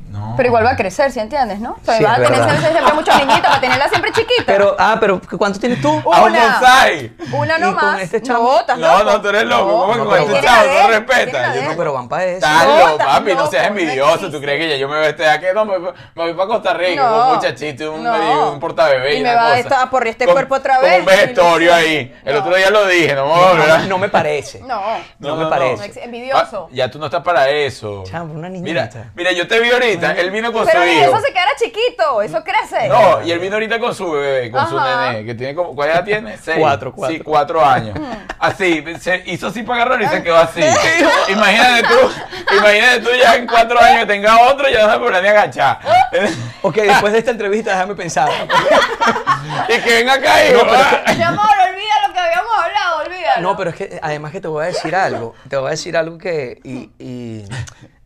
Speaker 1: no.
Speaker 2: Pero igual va a crecer, ¿sí entiendes, no? O sea,
Speaker 3: Sí,
Speaker 2: va a
Speaker 3: es
Speaker 2: tener
Speaker 3: verdad.
Speaker 2: siempre, siempre muchos niñitos para tenerla siempre chiquita.
Speaker 3: Pero, ah, pero ¿cuánto tienes tú?
Speaker 1: ¡A un bonsai!
Speaker 2: una
Speaker 3: y
Speaker 2: no
Speaker 3: con
Speaker 2: más.
Speaker 3: este chamo-
Speaker 2: No, estás
Speaker 1: No,
Speaker 2: loco.
Speaker 1: no, tú eres loco. ¿Cómo que con
Speaker 2: pero
Speaker 1: este
Speaker 2: tiene
Speaker 1: chavo
Speaker 2: la de
Speaker 1: no
Speaker 2: él,
Speaker 1: respeta?
Speaker 2: tiene la
Speaker 1: Yo
Speaker 2: de
Speaker 3: No,
Speaker 2: él.
Speaker 3: pero van para eso.
Speaker 1: Estás
Speaker 2: No,
Speaker 1: loco,
Speaker 2: estás
Speaker 1: papi, no seas
Speaker 2: loco, no
Speaker 1: envidioso.
Speaker 2: existe.
Speaker 1: ¿Tú crees que ya yo me voy a estar aquí? No, me, me voy para Costa Rica
Speaker 2: No.
Speaker 1: con un muchachito y un,
Speaker 2: No.
Speaker 1: y un portabebé.
Speaker 2: Y
Speaker 1: una
Speaker 2: me va a
Speaker 1: cosa.
Speaker 2: estar por este
Speaker 1: Con-
Speaker 2: cuerpo otra
Speaker 1: Con
Speaker 2: vez.
Speaker 1: un vesturio ahí. El
Speaker 2: No.
Speaker 1: otro día lo dije, no me voy a volver a-
Speaker 3: No, no me parece.
Speaker 2: No.
Speaker 3: no me parece.
Speaker 2: ex- envidioso.
Speaker 1: Ah, ya tú no estás para eso.
Speaker 3: Chamo, una
Speaker 1: Mira,
Speaker 3: niñita.
Speaker 1: mira, yo te vi ahorita, él vino con
Speaker 2: Pero
Speaker 1: su hijo.
Speaker 2: eso se queda chiquito, eso crece.
Speaker 1: No, y él vino ahorita con su bebé, con su
Speaker 2: Ajá.
Speaker 1: nene, que tiene como, ¿cuál edad
Speaker 3: <laughs>
Speaker 1: tiene? Seis.
Speaker 3: Cuatro, cuatro.
Speaker 1: Sí, cuatro años. Así, se hizo así para agarrar y se quedó
Speaker 2: <laughs>
Speaker 1: así. <laughs> imagínate tú, imagínate tú ya en cuatro años que tenga otro y ya no se podrá ni agachar. <laughs>
Speaker 3: Ok, después de esta entrevista déjame pensar.
Speaker 1: y que venga acá y
Speaker 2: Mi amor, olvida lo que habíamos hablado, olvídalo.
Speaker 3: No, pero es que además que te voy a decir algo. Te voy a decir algo que y, y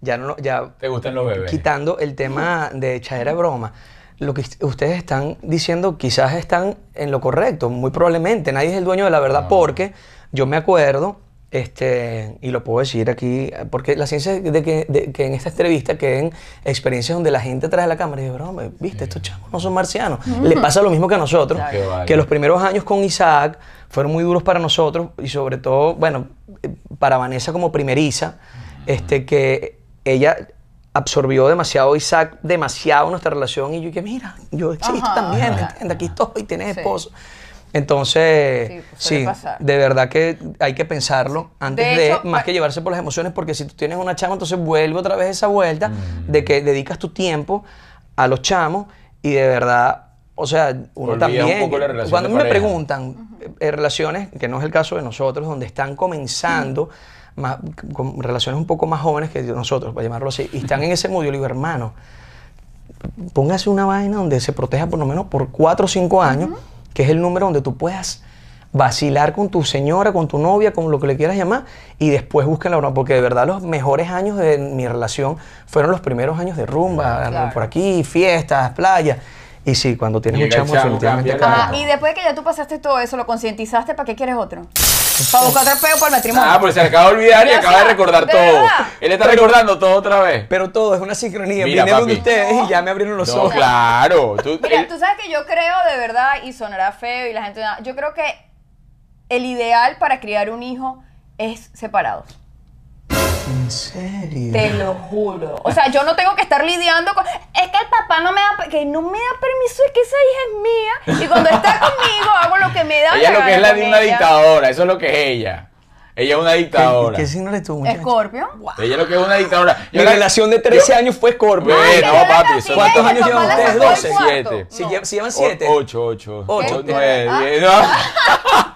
Speaker 3: ya no ya
Speaker 1: <laughs> Te gustan los bebés.
Speaker 3: quitando el tema de echadera de broma. Lo que ustedes están diciendo quizás están en lo correcto, muy probablemente. Nadie es el dueño de la verdad porque yo me acuerdo, este, y lo puedo decir aquí, porque la ciencia es de que, de que en esta entrevista queden experiencias donde la gente trae la cámara y dice, broma, viste, estos chamos no son marcianos. Le pasa lo mismo que a nosotros,
Speaker 1: Claro. Qué vale.
Speaker 3: que los primeros años con Isaac fueron muy duros para nosotros y sobre todo, bueno, eh, para Vanessa como primeriza, este que ella absorbió demasiado Isaac, demasiado nuestra relación y yo que mira, yo existo
Speaker 2: Ajá,
Speaker 3: también, ¿me
Speaker 2: claro.
Speaker 3: entiendes? Aquí estoy, tienes
Speaker 2: Sí.
Speaker 3: esposo. Entonces,
Speaker 2: Sí, pues, suele
Speaker 3: sí,
Speaker 2: pasar.
Speaker 3: de verdad que hay que pensarlo antes
Speaker 2: De
Speaker 3: de,
Speaker 2: hecho, pues
Speaker 3: más
Speaker 2: pa-
Speaker 3: que llevarse por las emociones, porque si tú tienes una chama, entonces vuelve otra vez esa vuelta de que dedicas tu tiempo a los chamos y de verdad, o sea, uno
Speaker 1: Olvida un
Speaker 3: también.
Speaker 1: poco la relación
Speaker 3: cuando
Speaker 1: de
Speaker 3: a mí me
Speaker 1: pareja.
Speaker 3: preguntan eh, relaciones, que no es el caso de nosotros, donde están comenzando más- con relaciones un poco más jóvenes que nosotros, para llamarlo así, y están en ese mundo, yo le digo, hermano, póngase una vaina donde se proteja por lo menos por 4 o 5 años, que es el número donde tú puedas vacilar con tu señora, con tu novia, con lo que le quieras llamar, y después busquen la broma, porque de verdad los mejores años de mi relación fueron los primeros años de rumba,
Speaker 2: Claro.
Speaker 3: por aquí, fiestas, playas, y sí, cuando tienes
Speaker 1: Llega el
Speaker 3: un chamo,
Speaker 1: chamo,
Speaker 3: definitivamente
Speaker 1: cambia la-
Speaker 3: cambia.
Speaker 2: Ajá, Ah, y después de que ya tú pasaste todo eso, ¿lo concientizaste? ¿Para qué quieres otro? Para buscar otro peo para el matrimonio.
Speaker 1: Ah, porque se le acaba de olvidar y
Speaker 2: Ya
Speaker 1: acaba de
Speaker 2: está,
Speaker 1: recordar
Speaker 2: de
Speaker 1: todo.
Speaker 2: verdad.
Speaker 1: Él está recordando todo otra vez.
Speaker 3: Pero todo es una sincronía,
Speaker 1: Mira,
Speaker 3: vinieron de
Speaker 1: papi.
Speaker 3: ustedes y ya me abrieron los
Speaker 1: No,
Speaker 3: ojos.
Speaker 1: claro. Tú,
Speaker 2: Mira,
Speaker 1: él-
Speaker 2: tú sabes que yo creo de verdad, y sonará feo y la gente... Yo creo que el ideal para criar un hijo es separados.
Speaker 3: ¿En serio?
Speaker 2: Te lo juro. O sea, yo no tengo que estar lidiando con. Es que el papá no me da, que no me da permiso, es que esa hija es mía. Y cuando está conmigo, hago lo que me da.
Speaker 1: ella es lo que es la de
Speaker 2: de
Speaker 1: una dictadora, eso es lo que es ella. Ella es una dictadora.
Speaker 3: ¿Qué, qué signo eres tú, muchacho?
Speaker 2: Escorpio.
Speaker 1: Ella lo que es una dictadora.
Speaker 3: Mi relación de 13 años fue Scorpio.
Speaker 1: Bueno,
Speaker 2: Ay, que yo la
Speaker 1: papi,
Speaker 2: castigaba
Speaker 1: ¿cuántos
Speaker 2: y el
Speaker 3: años
Speaker 2: papá
Speaker 3: llevan
Speaker 2: la
Speaker 3: ustedes?
Speaker 2: sacó del
Speaker 1: 12.
Speaker 2: cuarto.
Speaker 3: Si,
Speaker 2: No.
Speaker 3: lle- si llevan 7,
Speaker 1: 8, 8.
Speaker 3: Ocho.
Speaker 1: 8, 9,
Speaker 2: Ah.
Speaker 1: 10. No.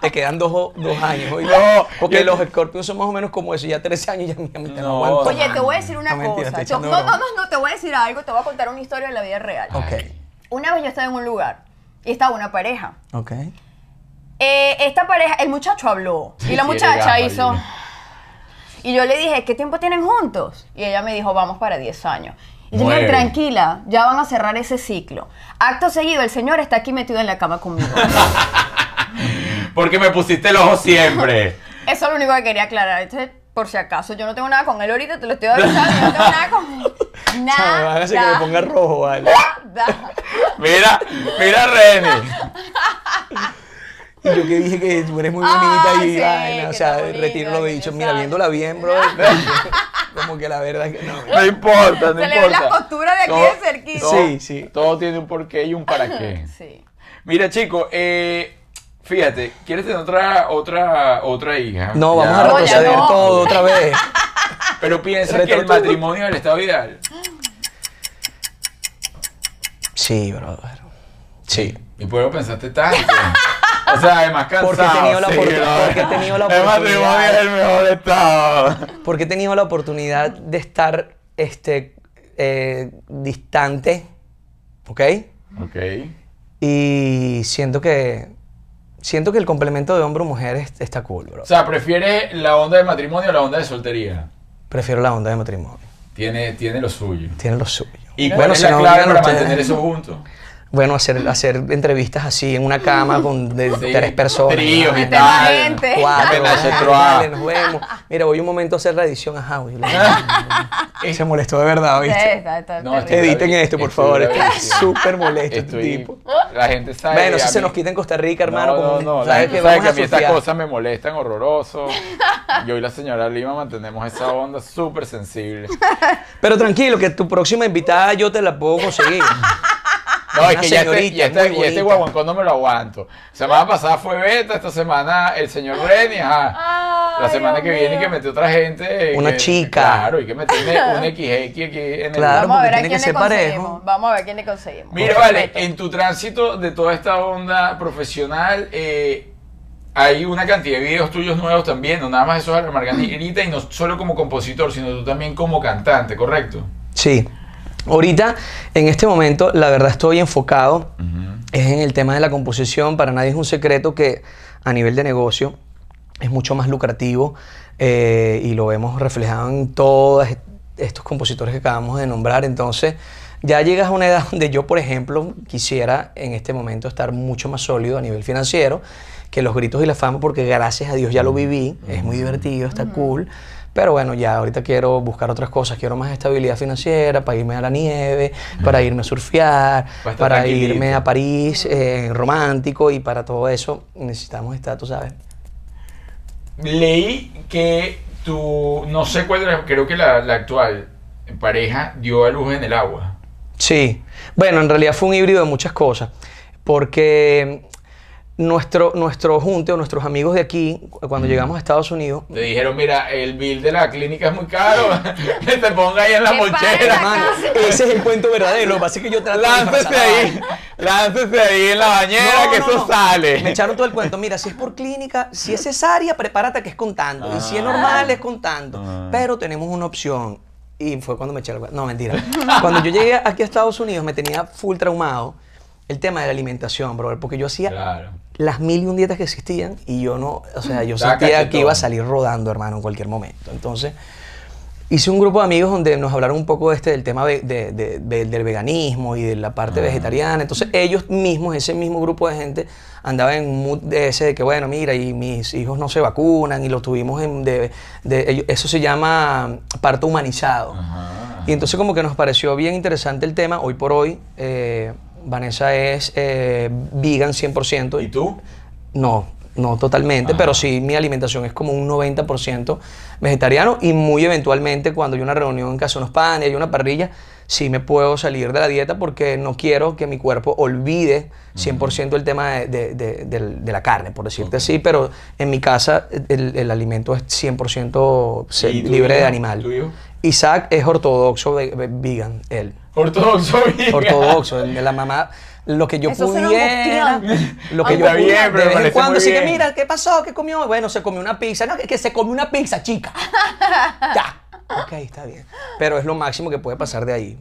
Speaker 1: <laughs>
Speaker 3: te quedan dos, o- dos años. oye.
Speaker 1: No,
Speaker 3: porque
Speaker 1: yo-
Speaker 3: los escorpios son más o menos como eso. Ya 13 años ya, ya me te
Speaker 1: No.
Speaker 3: aguanto.
Speaker 2: Oye, te voy a decir una
Speaker 3: No, mentira,
Speaker 2: cosa. Yo-
Speaker 3: estoy echando
Speaker 2: no, no,
Speaker 3: broma.
Speaker 2: no, no, te voy a decir algo, te voy a contar una historia de la vida real. Una vez yo estaba en un lugar y estaba una pareja.
Speaker 3: Ok, ok.
Speaker 2: Eh, esta pareja, el muchacho habló
Speaker 1: Sí,
Speaker 2: y la
Speaker 1: sí,
Speaker 2: muchacha
Speaker 1: era
Speaker 2: hizo.
Speaker 1: Gabriel.
Speaker 2: Y yo le dije, ¿qué tiempo tienen juntos? Y ella me dijo, vamos para 10 años. Y yo le
Speaker 1: Nueve.
Speaker 2: dije, tranquila, ya van a cerrar ese ciclo. Acto seguido, el señor está aquí metido en la cama conmigo.
Speaker 1: Porque me pusiste el ojo siempre.
Speaker 2: Eso es lo único que quería aclarar. Entonces, por si acaso, yo no tengo nada con él ahorita, te lo estoy avisando, yo no tengo nada con
Speaker 3: <laughs>
Speaker 2: él.
Speaker 3: Chama,
Speaker 2: Nada.
Speaker 3: hágase que me ponga rojo, vale.
Speaker 2: nada.
Speaker 1: Mira, mira, Reni.
Speaker 3: Y yo que dije que tú eres muy bonita
Speaker 2: Ah,
Speaker 3: y
Speaker 2: sí,
Speaker 3: vaina, o
Speaker 2: que
Speaker 3: sea,
Speaker 2: está bonita,
Speaker 3: retiro lo
Speaker 2: que
Speaker 3: dicho.
Speaker 2: le
Speaker 3: Mira,
Speaker 2: sale.
Speaker 3: viéndola
Speaker 2: <laughs>
Speaker 3: bien, bro. como que la verdad es que no.
Speaker 1: No importa, no importa.
Speaker 2: Se le ve la postura de aquí
Speaker 1: Todo-
Speaker 2: de cerquita.
Speaker 1: todo-
Speaker 3: Sí, sí.
Speaker 1: Todo tiene un porqué y un para qué.
Speaker 2: Sí.
Speaker 3: <laughs>
Speaker 1: Mira, chico, eh, fíjate, ¿quieres tener otra, otra, otra hija?
Speaker 3: No, vamos
Speaker 1: Ya, pues,
Speaker 3: a
Speaker 2: No, ya
Speaker 3: retroceder
Speaker 2: no.
Speaker 3: todo otra vez.
Speaker 1: Pero piensa que el
Speaker 3: Retortuga.
Speaker 1: matrimonio es el estado ideal.
Speaker 3: Sí, brother. Sí.
Speaker 1: Y por eso pensaste tanto. O sea, además cansado.
Speaker 3: Porque he tenido la
Speaker 1: sí,
Speaker 3: oportun-
Speaker 1: brother.
Speaker 3: porque he tenido la
Speaker 1: El matrimonio
Speaker 3: oportunidad.
Speaker 1: es el mejor estado.
Speaker 3: Porque he tenido la oportunidad de estar este, eh, distante, ¿ok?
Speaker 1: Ok.
Speaker 3: Y siento que siento que el complemento de hombre-mujer está cool, bro.
Speaker 1: O sea, ¿prefieres la onda de matrimonio o la onda de soltería?
Speaker 3: Prefiero la onda de matrimonio.
Speaker 1: Tiene, tiene lo suyo.
Speaker 3: Tiene lo suyo.
Speaker 1: ¿Y cuál es la
Speaker 3: no
Speaker 1: clave
Speaker 3: miran
Speaker 1: para
Speaker 3: ustedes-
Speaker 1: mantener eso juntos?
Speaker 3: Bueno, hacer, hacer entrevistas así en una cama con de-
Speaker 1: Sí,
Speaker 3: tres personas.
Speaker 1: tríos y ah.
Speaker 3: ¿no?
Speaker 1: tal.
Speaker 2: Tema gente.
Speaker 3: Cuatro.
Speaker 1: Apenas se
Speaker 3: Ay,
Speaker 1: troa.
Speaker 3: dale, nos vemos. Mira, voy un momento a hacer la edición. Ajá, güey.
Speaker 1: <laughs>
Speaker 3: Se molestó de verdad,
Speaker 2: Sí,
Speaker 3: ¿viste?
Speaker 2: está- está
Speaker 1: No, este
Speaker 2: terrible.
Speaker 1: estoy-
Speaker 3: Editen esto, por
Speaker 1: Estoy
Speaker 3: favor.
Speaker 1: gravísimo.
Speaker 3: Está súper molesto este
Speaker 1: Estoy-
Speaker 3: tipo.
Speaker 1: La gente sabe.
Speaker 3: Bueno,
Speaker 1: a
Speaker 3: si se
Speaker 1: mí-
Speaker 3: nos quita en Costa Rica, hermano.
Speaker 1: No,
Speaker 3: como-
Speaker 1: no, no, la
Speaker 3: ¿sabes
Speaker 1: gente
Speaker 3: qué?
Speaker 1: sabe
Speaker 3: Vamos
Speaker 1: que a
Speaker 3: a
Speaker 1: mí estas
Speaker 3: surfear.
Speaker 1: cosas me molestan
Speaker 3: <laughs>
Speaker 1: horroroso. Y hoy la señora Lima mantenemos esa onda súper sensible.
Speaker 3: Pero tranquilo, que tu próxima invitada yo te la puedo conseguir.
Speaker 1: No, es
Speaker 3: Una
Speaker 1: que ya este,
Speaker 3: señorita
Speaker 1: ya este-
Speaker 3: muy
Speaker 1: y este
Speaker 3: bonita.
Speaker 1: guaguancón no me lo aguanto. Semana pasada fue Beta, esta semana el señor Reni, ajá. La
Speaker 2: Ay,
Speaker 1: semana que
Speaker 2: Dios
Speaker 1: viene
Speaker 2: mío.
Speaker 1: que metió otra gente. eh,
Speaker 3: Una
Speaker 1: que-
Speaker 3: chica.
Speaker 1: Claro, y que meterme un XX aquí en el...
Speaker 3: Claro.
Speaker 2: Vamos a ver a quién
Speaker 3: porque tiene que
Speaker 2: le
Speaker 3: ser parejo.
Speaker 2: conseguimos. Vamos a ver a quién le conseguimos.
Speaker 1: Mira,
Speaker 2: Por
Speaker 1: vale,
Speaker 2: respeto.
Speaker 1: en tu tránsito de toda esta onda profesional, eh, hay una cantidad de videos tuyos nuevos también, no nada más eso de la margarita, y no solo como compositor, sino tú también como cantante, ¿correcto?
Speaker 3: Sí. Ahorita, en este momento, la verdad estoy enfocado es en el tema de la composición. Para nadie es un secreto que a nivel de negocio es mucho más lucrativo eh, y lo vemos reflejado en todos est- estos compositores que acabamos de nombrar. Entonces, ya llegas a una edad <laughs> donde yo, por ejemplo, quisiera en este momento estar mucho más sólido a nivel financiero que los gritos y la fama, porque gracias a Dios ya lo
Speaker 1: Mm.
Speaker 3: viví, es muy divertido, está cool. Pero bueno, ya ahorita quiero buscar otras cosas, quiero más estabilidad financiera para irme a la nieve, para irme a surfear,
Speaker 1: Para estar
Speaker 3: para
Speaker 1: tranquilito.
Speaker 3: irme a París eh, romántico y para todo eso necesitamos estar, tú sabes.
Speaker 1: Leí que tu, no sé cuál era, creo que la, la actual pareja dio a luz en el agua.
Speaker 3: Sí, bueno, en realidad fue un híbrido de muchas cosas, porque nuestro, nuestro junte o nuestros amigos de aquí, cu- cuando llegamos a Estados Unidos,
Speaker 1: Te dijeron, mira, el bill de la clínica es muy caro, <laughs> que te ponga ahí en la
Speaker 2: Que pague la
Speaker 1: mochera.
Speaker 2: casa.
Speaker 3: hermano, ese es el cuento verdadero, lo que pasa es que yo trato de
Speaker 1: <laughs> Láncese
Speaker 3: disfrazar la
Speaker 1: ahí,
Speaker 3: vaina.
Speaker 1: láncese ahí en la bañera,
Speaker 3: No,
Speaker 1: que
Speaker 3: no,
Speaker 1: eso
Speaker 3: no.
Speaker 1: sale.
Speaker 3: Me echaron todo el cuento. Mira, si es por clínica, si es cesárea, prepárate que es contando. Y si es normal, es contando. Pero tenemos una opción. Y fue cuando me echaron el cuento. No, mentira. Cuando yo llegué aquí a Estados Unidos, me tenía full traumado el tema de la alimentación, brother. Porque yo
Speaker 1: <laughs>
Speaker 3: hacía
Speaker 1: Claro.
Speaker 3: las mil y un dietas que existían y yo no, o sea, yo
Speaker 1: Estaba
Speaker 3: sentía que
Speaker 1: cachetón.
Speaker 3: iba a salir rodando, hermano, en cualquier momento. Entonces, hice un grupo de amigos donde nos hablaron un poco de este, del tema ve- de- de- de- del veganismo y de la parte vegetariana. Entonces, ellos mismos, ese mismo grupo de gente, andaban en un mood de ese de que, bueno, mira, y mis hijos no se vacunan y los tuvimos en... De, de- ellos- eso se llama parto humanizado. Y entonces como que nos pareció bien interesante el tema. Hoy por hoy, eh, Vanessa es eh, vegan 100%.
Speaker 1: ¿Y tú?
Speaker 3: No, no totalmente, pero
Speaker 1: Ah.
Speaker 3: sí mi alimentación es como un 90% vegetariano y muy eventualmente cuando hay una reunión en casa de unos panes, hay una parrilla, sí me puedo salir de la dieta porque no quiero que mi cuerpo olvide 100% el tema de, de- de- del- de la carne, por decirte así, pero en mi casa el, el alimento es 100% se-
Speaker 1: ¿Y tu
Speaker 3: libre de
Speaker 1: hijo?
Speaker 3: animal.
Speaker 1: ¿Tu hijo?
Speaker 3: Isaac es ortodoxo ve- ve- vegan, él
Speaker 1: Ortodoxo vegan.
Speaker 3: <laughs> ortodoxo, el de la mamá. Lo que yo
Speaker 2: Eso suena
Speaker 3: pudiera,
Speaker 2: angustiante.
Speaker 3: lo que
Speaker 1: Está
Speaker 3: yo pudiera,
Speaker 1: bien, pero me
Speaker 3: de vez
Speaker 1: parece
Speaker 3: en cuando,
Speaker 1: muy
Speaker 3: así que
Speaker 1: bien.
Speaker 3: mira, ¿qué pasó? ¿Qué comió? Bueno, se comió una pizza, no, que, que se comió una pizza, chica. ya, ok, está bien. Pero es lo máximo que puede pasar de ahí,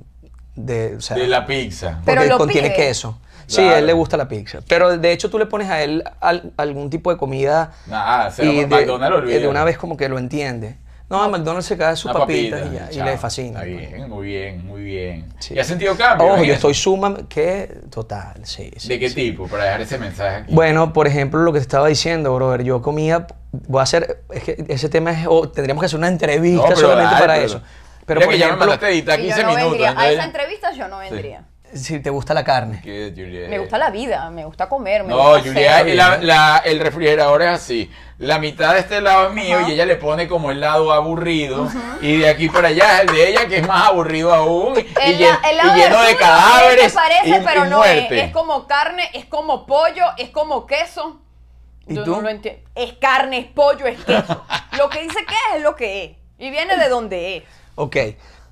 Speaker 3: de, o
Speaker 1: <laughs>
Speaker 3: sea,
Speaker 1: De la pizza.
Speaker 2: Pero
Speaker 3: porque
Speaker 2: lo
Speaker 3: contiene
Speaker 2: pide.
Speaker 3: queso. Sí,
Speaker 1: Claro.
Speaker 3: a él le gusta la pizza. Pero de hecho tú le pones a él al- algún tipo de comida
Speaker 1: Nada, se
Speaker 3: y
Speaker 1: va por McDonald's,
Speaker 3: de,
Speaker 1: olvídalo.
Speaker 3: de una vez como que lo entiende. No, McDonald's se cae sus
Speaker 1: Una
Speaker 3: papitas
Speaker 1: papita,
Speaker 3: y, ya, y
Speaker 1: chao.
Speaker 3: le fascina. pues.
Speaker 1: Está bien, muy bien, muy bien.
Speaker 3: Sí.
Speaker 1: ¿Y has sentido cambios?
Speaker 3: Ojo,
Speaker 1: en
Speaker 3: yo
Speaker 1: eso?
Speaker 3: estoy suma que total, sí, sí.
Speaker 1: ¿De qué tipo? Para dejar ese mensaje aquí.
Speaker 3: Bueno, por ejemplo, lo que te estaba diciendo, brother, yo comía, voy a hacer, es que ese tema es, o tendríamos que hacer una
Speaker 1: No,
Speaker 3: entrevista
Speaker 1: pero
Speaker 3: solamente
Speaker 1: dale,
Speaker 3: para
Speaker 1: pero-
Speaker 3: eso. Pero
Speaker 1: Mira
Speaker 3: por
Speaker 1: que ya me
Speaker 3: ejemplo,
Speaker 1: mandaste a editar
Speaker 2: Y yo
Speaker 1: 15
Speaker 2: no
Speaker 1: minutos.
Speaker 2: vendría. A
Speaker 1: entonces-
Speaker 2: esa entrevista yo no vendría.
Speaker 3: si te gusta la carne.
Speaker 1: ¿Qué, Juliet?
Speaker 2: Me gusta la vida, me gusta comer, me
Speaker 1: No,
Speaker 2: gusta
Speaker 1: Julia, eh,
Speaker 2: hacer.
Speaker 1: la- la- el refrigerador es así. La mitad de este lado es mío y ella le pone como el lado aburrido. Y de aquí para allá es el de ella que es más aburrido aún. Y,
Speaker 2: El,
Speaker 1: llen-
Speaker 2: la- el lado
Speaker 1: y lleno de
Speaker 2: Arturo
Speaker 1: cadáveres.
Speaker 2: se parece,
Speaker 1: y,
Speaker 2: pero
Speaker 1: y
Speaker 2: no es.
Speaker 1: muerte.
Speaker 2: Es como carne, es como pollo, es como queso.
Speaker 3: ¿Y
Speaker 2: Yo
Speaker 3: tú?
Speaker 1: <laughs>
Speaker 2: no lo entiendo. Es carne, es pollo, es queso. lo que dice que es es lo que es. Y viene de donde es.
Speaker 3: Ok.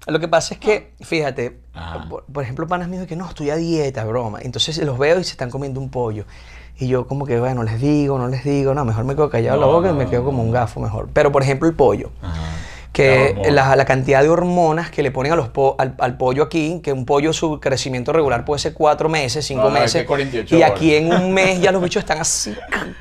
Speaker 3: Lo que pasa es que, fíjate,
Speaker 1: Ah. Ajá.
Speaker 3: por, por ejemplo, panas míos que no, estoy a dieta, broma. Entonces los veo y se están comiendo un pollo. Y yo como que, bueno, les digo, no les digo, no, mejor me quedo callado la
Speaker 1: No,
Speaker 3: boca y
Speaker 1: no,
Speaker 3: me
Speaker 1: no,
Speaker 3: quedo como un gafo mejor. Pero por ejemplo el pollo,
Speaker 1: Ajá. La
Speaker 3: que
Speaker 1: hormona.
Speaker 3: la, la cantidad de hormonas que le ponen a los po- al, al pollo aquí, que un pollo su crecimiento regular puede ser cuatro meses, cinco
Speaker 1: Ah, que
Speaker 3: meses,
Speaker 1: 48
Speaker 3: y aquí
Speaker 1: horas.
Speaker 3: en un mes ya los bichos
Speaker 1: <laughs>
Speaker 3: están así,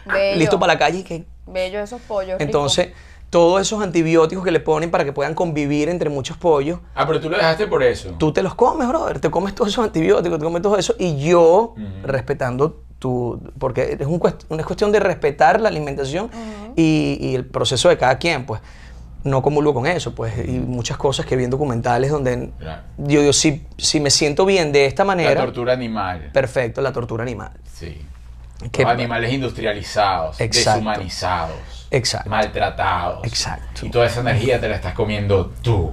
Speaker 2: Bello.
Speaker 3: listos para la calle y que
Speaker 2: Bellos esos pollos. rico.
Speaker 3: entonces, todos esos antibióticos que le ponen para que puedan convivir entre muchos pollos,
Speaker 1: Ah, pero tú lo dejaste por eso.
Speaker 3: tú te los comes, brother. Te comes todos esos antibióticos, te comes todo eso. Y yo, respetando tu. Porque es un cuest- una cuestión de respetar la alimentación y, y el proceso de cada quien, pues. No comulgo con eso, pues. Y muchas cosas que vi en documentales donde.
Speaker 1: Claro.
Speaker 3: Yo digo, si, si me siento bien de esta
Speaker 1: La
Speaker 3: manera.
Speaker 1: tortura animal.
Speaker 3: Perfecto, la tortura animal.
Speaker 1: Sí.
Speaker 3: Que-
Speaker 1: Los animales industrializados,
Speaker 3: Exacto.
Speaker 1: deshumanizados,
Speaker 3: Exacto.
Speaker 1: maltratados.
Speaker 3: Exacto.
Speaker 1: Y toda esa energía te la estás comiendo tú.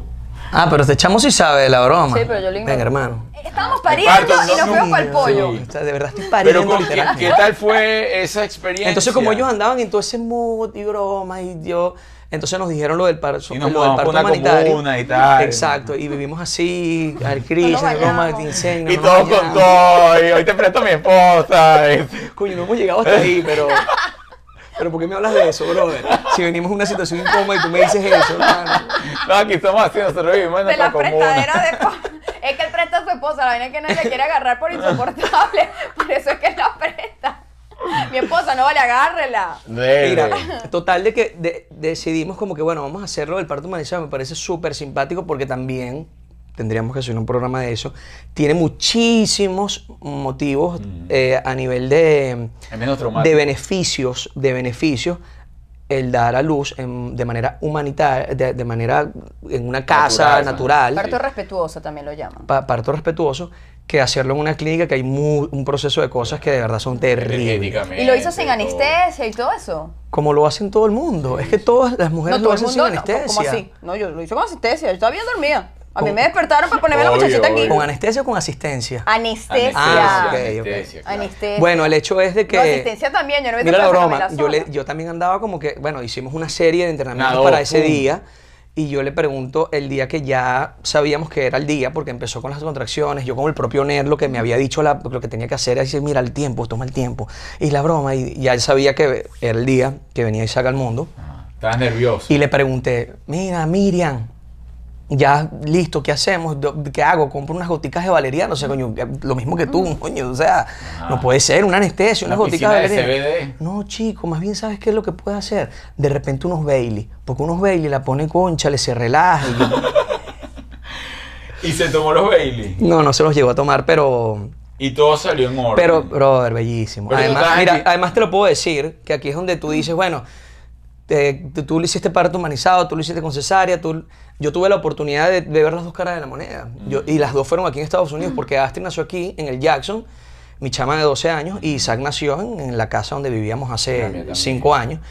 Speaker 3: Ah, pero este chamo sí sabe de la broma.
Speaker 2: Sí, pero yo lo ignoro.
Speaker 3: Venga, hermano.
Speaker 2: Estábamos pariendo
Speaker 1: Parto,
Speaker 2: y
Speaker 1: no,
Speaker 2: nos fuimos para el
Speaker 1: sí.
Speaker 2: pollo.
Speaker 3: O sea, de verdad estoy pariendo
Speaker 1: Pero ¿con- ¿qué,
Speaker 3: literalmente.
Speaker 1: qué tal fue esa experiencia?
Speaker 3: Entonces, como ellos andaban en todo ese mood y broma y yo. Entonces nos dijeron lo del, parso,
Speaker 1: Y nos
Speaker 3: lo del
Speaker 1: mudamos
Speaker 3: parto
Speaker 1: pa' una
Speaker 3: humanitario.
Speaker 1: comuna y tal.
Speaker 3: Exacto. Y vivimos así, al Cris, en
Speaker 2: bañamos.
Speaker 3: Roma, te enseño.
Speaker 1: Y
Speaker 3: no nos
Speaker 1: todos con
Speaker 3: bañamos.
Speaker 1: todo. Y hoy te presto a mi esposa. este.
Speaker 3: Coño, no hemos llegado hasta ahí, pero. Pero ¿por qué me hablas de eso, brother? Si venimos a una situación incómoda y tú me dices eso, hermano.
Speaker 1: <laughs> No, aquí estamos así, nosotros vivimos en
Speaker 2: De
Speaker 1: nuestra
Speaker 2: la
Speaker 1: comuna.
Speaker 2: prestadera de po- <laughs> Es que él presta a su esposa, la vaina es que nadie la quiere agarrar por insoportable. <laughs> Por eso es que él la presta. Mi esposa, no vale, agárrela.
Speaker 1: Dele.
Speaker 3: Mira, total de que de- decidimos como que, bueno, vamos a hacerlo del parto humanizado. Me parece súper simpático porque también tendríamos que hacer un programa de eso. Tiene muchísimos motivos eh, a nivel de,
Speaker 1: Es menos
Speaker 3: de
Speaker 1: traumático.
Speaker 3: beneficios, de beneficios el dar a luz en- de manera humanitaria, de, de manera en una casa
Speaker 1: Natural, ¿no?
Speaker 3: natural,
Speaker 2: Parto respetuoso también lo llaman.
Speaker 3: pa- parto respetuoso, que hacerlo en una clínica que hay mu- un proceso de cosas que de verdad son terribles.
Speaker 1: Energéticamente,
Speaker 2: Y lo hizo sin
Speaker 1: todo.
Speaker 2: anestesia y todo eso.
Speaker 3: Como lo hacen todo el mundo. Es que todas las mujeres
Speaker 2: no,
Speaker 3: lo
Speaker 2: todo el
Speaker 3: hacen sin
Speaker 2: mundo. No,
Speaker 3: anestesia.
Speaker 2: ¿Cómo así? No, yo lo hice con anestesia. Yo estaba bien dormida. A mí
Speaker 3: Con-
Speaker 2: me despertaron para ponerme la
Speaker 1: Obvio,
Speaker 2: muchachita aquí.
Speaker 3: ¿Con anestesia o con asistencia?
Speaker 2: Anestesia.
Speaker 3: Ah, ok, ok.
Speaker 1: anestesia, claro.
Speaker 2: Anestesia.
Speaker 3: Bueno, el hecho es de que.
Speaker 2: eh, No, asistencia también, yo no me
Speaker 3: Mira la
Speaker 2: tocaba
Speaker 3: broma.
Speaker 2: sacarme la
Speaker 3: Yo, le-
Speaker 2: sola.
Speaker 3: yo también andaba como que. Bueno, hicimos una serie de entrenamientos
Speaker 1: Nadó,
Speaker 3: para ese
Speaker 1: pum.
Speaker 3: día. Y yo le pregunto el día que ya sabíamos que era el día, porque empezó con las contracciones. Yo, como el propio Nerd, lo que me había dicho, la- lo que tenía que hacer era decir: Mira, el tiempo, toma el tiempo. Y la broma. Y ya él sabía que era el día que venía Isaac al mundo.
Speaker 1: Ah, Estabas nervioso.
Speaker 3: Y le pregunté, mira, Miriam, ya listo, ¿qué hacemos? Do- ¿Qué hago? ¿Compro unas goticas de valeriana? O sea, coño, lo mismo que
Speaker 1: Mm.
Speaker 3: tú, coño, o sea, no puede ser, una anestesia,
Speaker 1: Una
Speaker 3: unas goticas de
Speaker 1: piscina de
Speaker 3: valeriana.
Speaker 1: CBD.
Speaker 3: No, chico, más bien, ¿sabes qué es lo que puedes hacer? De repente unos Bailey, porque unos Bailey la pone concha, le se relaja. y
Speaker 1: <laughs>
Speaker 3: yo-
Speaker 1: Y se tomó los Bailey.
Speaker 3: no, no se los llegó a tomar, pero...
Speaker 1: Y todo salió en orden.
Speaker 3: Pero, brother, bellísimo.
Speaker 1: Pero tú
Speaker 3: además,
Speaker 1: estabas
Speaker 3: mira,
Speaker 1: aquí.
Speaker 3: además te lo puedo decir, que aquí es donde tú dices, bueno, eh, tú, tú lo hiciste parto humanizado, tú lo hiciste con cesárea, tú, yo tuve la oportunidad de, de ver las dos caras de la moneda.
Speaker 1: Mm.
Speaker 3: Yo, y las dos fueron aquí en Estados Unidos, porque Astrid nació aquí, en el Jackson, mi chama de 12 años, y Isaac nació en, en la casa donde vivíamos
Speaker 1: La mía
Speaker 3: hace
Speaker 1: también.
Speaker 3: 5 años.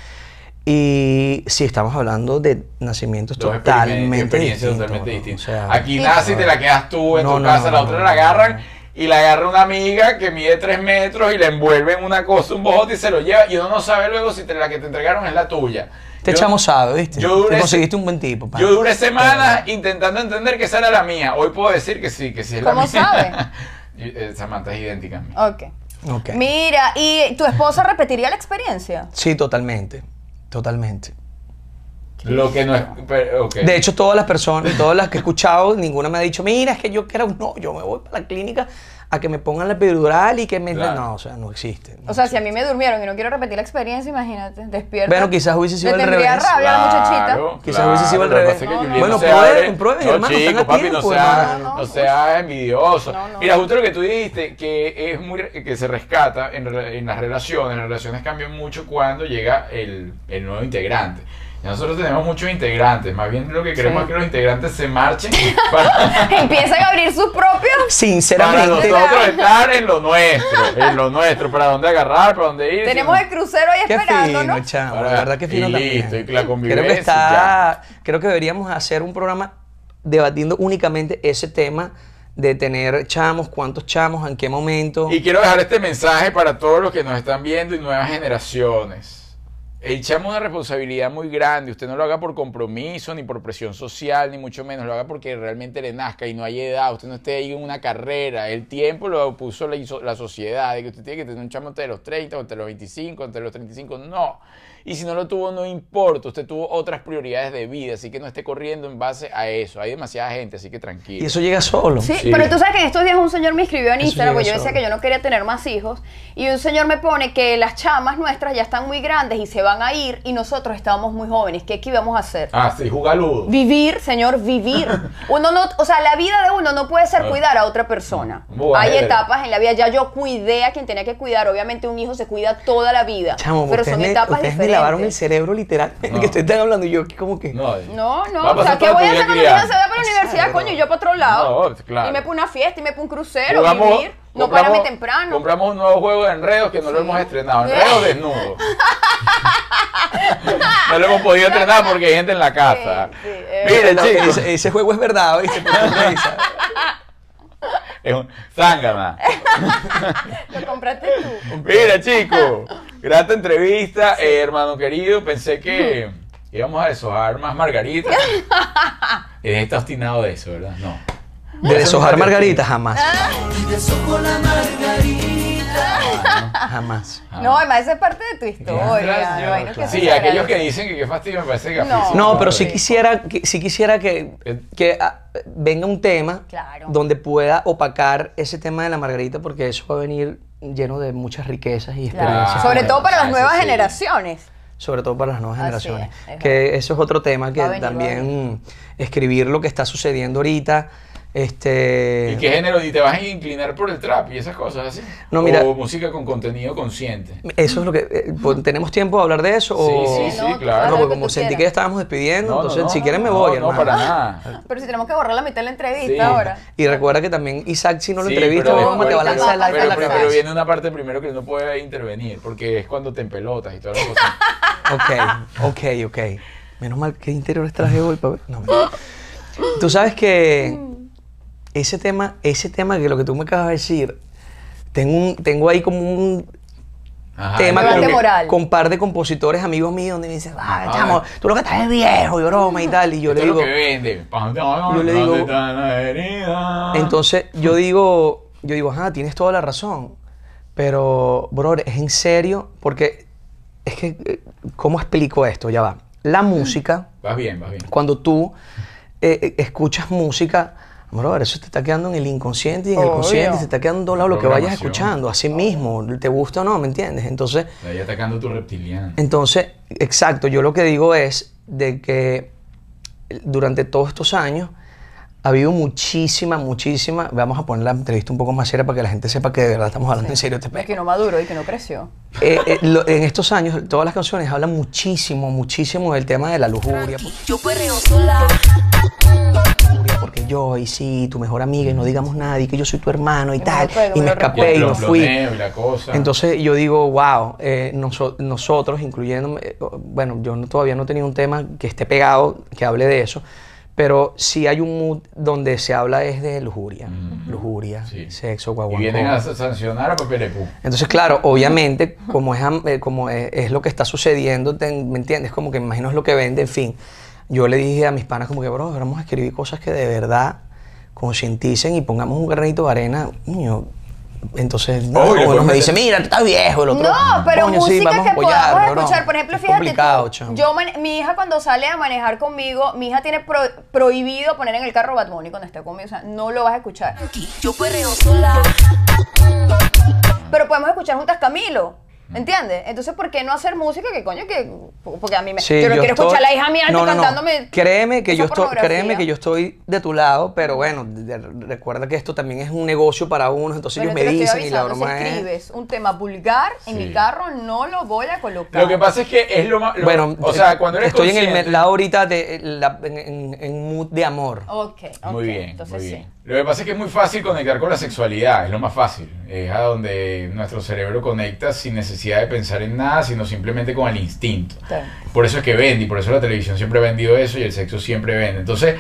Speaker 3: Y sí, estamos hablando de nacimientos
Speaker 1: Dos
Speaker 3: totalmente
Speaker 1: experiencias
Speaker 3: distintos.
Speaker 1: totalmente
Speaker 3: bro.
Speaker 1: distintas.
Speaker 3: O sea,
Speaker 1: Aquí nace y te la quedas tú en
Speaker 3: No,
Speaker 1: tu
Speaker 3: no,
Speaker 1: casa,
Speaker 3: no,
Speaker 1: la
Speaker 3: no,
Speaker 1: otra
Speaker 3: no,
Speaker 1: la
Speaker 3: no,
Speaker 1: agarran
Speaker 3: no.
Speaker 1: y la agarra una amiga que mide 3 metros y la envuelve en una cosa, un bojote y se lo lleva. Y uno no sabe luego si te- la que te entregaron es la tuya.
Speaker 3: Este
Speaker 1: Yo-
Speaker 3: chamo sabe, ¿viste?
Speaker 1: yo duré
Speaker 3: Te
Speaker 1: ese-
Speaker 3: conseguiste un buen tipo. pana.
Speaker 1: Yo duré semanas intentando entender que esa era la mía. Hoy puedo decir que sí, que sí es la
Speaker 2: ¿Cómo
Speaker 1: mía.
Speaker 2: sabe?
Speaker 1: <laughs> Y, eh, Samantha es idéntica a mí.
Speaker 2: Ok.
Speaker 3: Ok.
Speaker 2: Mira, ¿y tu esposa repetiría la experiencia?
Speaker 3: Sí, totalmente. Totalmente.
Speaker 1: Lo que no es. pero, ok.
Speaker 3: De hecho, todas las personas, todas las que he escuchado, <laughs> ninguna me ha dicho, mira, es que yo quiero. No, yo me voy para la clínica a que me pongan la epidural y que me.
Speaker 1: Claro.
Speaker 3: No, o sea, no existe. no
Speaker 2: O sea, si
Speaker 3: existe.
Speaker 2: a mí me durmieron y no quiero repetir la experiencia, imagínate, despierto.
Speaker 3: Bueno, quizás hubiese sido
Speaker 2: Le
Speaker 3: al
Speaker 2: tendría
Speaker 3: revés.
Speaker 2: rabia a la muchachita. <laughs>
Speaker 3: Quizás hubiese sido al
Speaker 1: lo que
Speaker 3: revés.
Speaker 1: pasa es que
Speaker 2: No,
Speaker 1: Julián
Speaker 3: Bueno,
Speaker 1: se
Speaker 3: prueben,
Speaker 1: abre.
Speaker 3: prueben,
Speaker 1: no,
Speaker 3: hermano,
Speaker 1: chico,
Speaker 3: están a
Speaker 1: papi,
Speaker 3: tiempo,
Speaker 1: no seas,
Speaker 3: hermano.
Speaker 1: no, seas envidioso.
Speaker 2: No, no.
Speaker 1: Mira, justo lo que tú dijiste, que es muy, re- que se rescata en, re- en las relaciones. Las relaciones cambian mucho cuando llega el, el nuevo integrante. Ya Nosotros tenemos muchos integrantes, más bien lo que queremos es que los integrantes se marchen <laughs> para,
Speaker 2: Empiezan a abrir sus propios.
Speaker 1: para
Speaker 3: Sinceramente.
Speaker 1: nosotros estar en lo nuestro, en lo nuestro, para dónde agarrar, para dónde ir.
Speaker 2: Tenemos el crucero ahí
Speaker 3: Qué
Speaker 2: esperando,
Speaker 3: fino,
Speaker 2: ¿no?
Speaker 3: chamo.
Speaker 1: Para-
Speaker 3: la verdad que fino
Speaker 1: y
Speaker 3: también.
Speaker 1: listo, y la
Speaker 3: creo
Speaker 1: convivencia,
Speaker 3: que está. Creo que deberíamos hacer un programa debatiendo únicamente ese tema de tener chamos, cuántos chamos, en qué momento.
Speaker 1: Y quiero dejar este mensaje para todos los que nos están viendo y nuevas generaciones. echamos una responsabilidad muy grande. Usted no lo haga por compromiso, ni por presión social, ni mucho menos. Lo haga porque realmente le nazca y no hay edad. Usted no esté ahí en una carrera. El tiempo lo puso la, iso- la sociedad. De que usted tiene que tener un chamo entre los 30, entre los 25, entre los 35. No. Y si no lo tuvo, no importa. Usted tuvo otras prioridades de vida. Así que no esté corriendo en base a eso. Hay demasiada gente, así que tranquilo.
Speaker 3: Y eso llega solo.
Speaker 2: Sí,
Speaker 1: Sí.
Speaker 2: pero tú sabes que en estos días un señor me escribió en
Speaker 3: Oh, Eso
Speaker 2: Instagram,
Speaker 3: llega
Speaker 2: porque yo decía
Speaker 3: solo.
Speaker 2: que yo no quería tener más hijos, y un señor me pone que las chamas nuestras ya están muy grandes y se van a ir, y nosotros estábamos muy jóvenes, ¿qué, qué íbamos a hacer?
Speaker 1: Ah, sí, jugaludo.
Speaker 2: Vivir, señor, vivir. Uno no, o sea, la vida de uno no puede ser
Speaker 1: Ah.
Speaker 2: cuidar a otra persona.
Speaker 1: Bueno.
Speaker 2: Hay etapas en la vida, ya yo cuidé a quien tenía que cuidar, obviamente un hijo se cuida toda la vida,
Speaker 3: Chamo,
Speaker 2: pero
Speaker 3: ustedes
Speaker 2: son
Speaker 3: me,
Speaker 2: etapas
Speaker 3: ustedes me
Speaker 2: diferentes.
Speaker 3: lavaron el cerebro literalmente.
Speaker 1: No.
Speaker 3: <laughs> Que ustedes están hablando y yo, como que.
Speaker 1: No, eh.
Speaker 2: No, no,
Speaker 1: Va a
Speaker 2: o sea,
Speaker 1: pasar
Speaker 2: ¿qué
Speaker 1: toda
Speaker 2: voy a
Speaker 1: tu vida
Speaker 2: hacer cuando mi hija
Speaker 1: criada.
Speaker 2: se vaya para la universidad, coño? Y yo para otro lado.
Speaker 1: No, claro.
Speaker 2: Y me pone una fiesta, y me pone un crucero,
Speaker 1: Jugamos-
Speaker 2: vivir. No
Speaker 1: compramos-
Speaker 2: pararme temprano.
Speaker 1: Compramos un nuevo juego de enredos que no lo hemos estrenado.
Speaker 2: <laughs>
Speaker 1: Enredos desnudos. <laughs> no lo hemos podido entrenar porque hay gente en la casa.
Speaker 2: Sí, sí, eh.
Speaker 1: Miren,
Speaker 3: No,
Speaker 1: chicos.
Speaker 3: ese, ese juego es verdad, ¿viste?
Speaker 1: Es un zángana.
Speaker 2: Lo compraste tú.
Speaker 1: Mira, chicos. Grata entrevista, eh, hermano querido. Pensé que íbamos a deshojar más
Speaker 2: <laughs>
Speaker 1: margaritas. Eh, Está obstinado de eso, ¿verdad? No.
Speaker 3: <laughs> De deshojar margaritas, jamás.
Speaker 4: Y desojo la margarita.
Speaker 3: Jamás.
Speaker 2: No, además, esa es parte de tu historia.
Speaker 1: Ah. Gracias,
Speaker 2: no hay no que
Speaker 1: Sí,
Speaker 2: se
Speaker 1: aquellos que
Speaker 2: agradece.
Speaker 1: dicen que qué fastidio me parece que
Speaker 2: No.
Speaker 3: No, pero
Speaker 2: sí
Speaker 3: si quisiera, que- sí quisiera que,
Speaker 1: Eh.
Speaker 3: que ah, venga un tema
Speaker 2: Claro.
Speaker 3: donde pueda opacar ese tema de la margarita, porque eso va a venir lleno de muchas riquezas
Speaker 2: Claro.
Speaker 3: y experiencias.
Speaker 1: Ah,
Speaker 2: Sobre todo para las
Speaker 1: eso
Speaker 2: nuevas
Speaker 1: sí.
Speaker 2: generaciones.
Speaker 3: sobre todo para las nuevas
Speaker 2: Así
Speaker 3: generaciones.
Speaker 2: es, es
Speaker 3: que eso es otro tema que
Speaker 2: Va a venir, va a
Speaker 3: también escribir lo que está sucediendo ahorita. Este,
Speaker 1: ¿Y qué género? ¿Y te vas a inclinar por el trap y esas cosas así?
Speaker 3: No, mira-
Speaker 1: O música con contenido consciente.
Speaker 3: Eso es lo que. eh, pues, ¿Tenemos tiempo de hablar de eso? o...
Speaker 1: Sí, sí, sí,
Speaker 2: No, tú
Speaker 1: claro.
Speaker 3: No,
Speaker 2: sabes
Speaker 3: porque
Speaker 2: lo que
Speaker 3: como
Speaker 2: tú
Speaker 3: sentí que ya
Speaker 2: quieras.
Speaker 3: estábamos despidiendo,
Speaker 1: No, no,
Speaker 3: entonces
Speaker 1: no,
Speaker 3: si quieren me
Speaker 1: no,
Speaker 3: voy,
Speaker 1: No,
Speaker 3: hermano.
Speaker 1: para nada.
Speaker 2: Pero si tenemos que borrar la mitad de la entrevista
Speaker 1: Sí.
Speaker 2: ahora.
Speaker 3: Y recuerda que también Isaac, si <laughs> no lo
Speaker 1: Sí,
Speaker 3: entrevista,
Speaker 1: pero
Speaker 3: vamos a te
Speaker 1: después-
Speaker 3: balanza el
Speaker 2: pero-
Speaker 3: alta en la
Speaker 1: pero,
Speaker 3: cabeza.
Speaker 1: pero viene una parte primero que no puede intervenir, porque es cuando te empelotas y todas las cosas.
Speaker 3: <laughs> Ok, ok, ok. Menos mal que interiores traje hoy pa' ver. No, mentira. Tú sabes que ese tema, ese tema que lo que tú me acabas de decir, tengo, un, tengo ahí como un
Speaker 1: Ajá,
Speaker 3: tema
Speaker 1: yo
Speaker 2: Debate
Speaker 3: con,
Speaker 1: creo que-
Speaker 2: moral.
Speaker 3: con un par de compositores amigos míos donde me dicen, ah,
Speaker 1: Ajá.
Speaker 3: chamo, tú lo que estás es viejo y broma y tal. Y yo
Speaker 1: esto
Speaker 3: le
Speaker 1: es
Speaker 3: digo,
Speaker 1: lo que vende.
Speaker 3: Yo le digo-
Speaker 1: Entonces,
Speaker 3: Entonces yo digo, yo digo, ajá, tienes toda la razón. Pero, bro, es en serio, porque es que, eh, ¿cómo explico esto? Ya va. La música,
Speaker 1: Vas bien, vas bien.
Speaker 3: cuando tú eh, eh, escuchas música, bro, eso te está quedando en el inconsciente y en el
Speaker 2: Obvio.
Speaker 3: consciente, te está quedando en todo lado lo que vayas
Speaker 1: Programación.
Speaker 3: escuchando, así mismo, te gusta o no, ¿me entiendes? Entonces,
Speaker 1: Ahí atacando tu reptiliano.
Speaker 3: entonces, exacto, yo lo que digo es de que durante todos estos años ha habido muchísima, muchísima, vamos a poner la entrevista un poco más seria para que la gente sepa que de verdad estamos hablando en serio. Te
Speaker 2: Es que no maduro y que no creció.
Speaker 3: eh, eh, lo- en estos años todas las canciones hablan muchísimo, muchísimo del tema de la lujuria.
Speaker 4: Yo perreo sola.
Speaker 3: lujuria, Porque yo y sí, tu mejor amiga y no digamos nada y que yo soy tu hermano y
Speaker 2: me
Speaker 3: tal.
Speaker 2: lo pego,
Speaker 3: y
Speaker 2: me
Speaker 3: me
Speaker 2: lo
Speaker 1: Y el
Speaker 3: escapé y no fui.
Speaker 1: ploneo y la cosa.
Speaker 3: Entonces yo digo, wow, eh, noso- nosotros, incluyéndome, eh, bueno, yo no- todavía no he tenido un tema que esté pegado, que hable de eso, pero sí hay un mood donde se habla es de lujuria, lujuria,
Speaker 1: Sí.
Speaker 3: sexo,
Speaker 1: y
Speaker 3: guaguancó.
Speaker 1: vienen a sancionar a Pepelepú.
Speaker 3: Entonces, claro, obviamente, como es, am- eh, como es, es lo que está sucediendo, te- ¿me entiendes? Como que me imagino es lo que vende, en fin. Yo le dije a mis panas como que, bro, vamos a escribir cosas que de verdad concienticen y pongamos un granito de arena, niño. Entonces, no,
Speaker 1: Obvio,
Speaker 3: uno
Speaker 1: pues,
Speaker 3: me
Speaker 1: me-
Speaker 3: dice, mira, tú estás viejo, el otro.
Speaker 2: No, pero
Speaker 3: "Coño, sí,
Speaker 2: música
Speaker 3: vamos
Speaker 2: que
Speaker 3: a apoyar,
Speaker 2: podamos
Speaker 3: bro".
Speaker 2: escuchar. Por ejemplo,
Speaker 3: Es
Speaker 2: fíjate
Speaker 3: complicado,
Speaker 2: tú,
Speaker 3: chamo.
Speaker 2: yo mane- mi hija cuando sale a manejar conmigo, mi hija tiene pro- prohibido poner en el carro Bad Bunny cuando esté conmigo, o sea, no lo vas a escuchar.
Speaker 4: Yo perreo sola.
Speaker 2: Pero podemos escuchar juntas Camilo. ¿Entiendes? Entonces, ¿por qué no hacer música que coño que porque a mí me
Speaker 3: Sí,
Speaker 2: yo no quiero
Speaker 3: estoy-
Speaker 2: escuchar a la hija mía
Speaker 3: No, no, no.
Speaker 2: cantándome
Speaker 3: Créeme que
Speaker 2: esa
Speaker 3: yo estoy,
Speaker 2: pornografía.
Speaker 3: créeme que yo estoy de tu lado, pero bueno, de- recuerda que esto también es un negocio para unos, entonces
Speaker 2: Pero
Speaker 3: ellos
Speaker 2: te
Speaker 3: me
Speaker 2: lo estoy
Speaker 3: dicen y la
Speaker 2: avisando,
Speaker 3: broma
Speaker 2: si
Speaker 3: es.
Speaker 2: escribes un tema vulgar en
Speaker 1: Sí.
Speaker 2: mi carro no lo voy a colocar.
Speaker 1: Lo que pasa es que es lo más. lo-
Speaker 3: Bueno,
Speaker 1: o sea, cuando eres
Speaker 3: estoy en el
Speaker 1: consciente-
Speaker 3: me- lado ahorita de eh, la- en, en- en mood de amor.
Speaker 2: Ok, ok,
Speaker 1: Muy bien,
Speaker 2: entonces
Speaker 1: muy
Speaker 2: sí.
Speaker 1: bien. Lo que pasa es que es muy fácil conectar con la sexualidad, es lo más fácil. Es a donde nuestro cerebro conecta sin necesidad de pensar en nada, sino simplemente con el instinto.
Speaker 2: Claro.
Speaker 1: Por eso es que vende, y por eso la televisión siempre ha vendido eso y el sexo siempre vende. Entonces,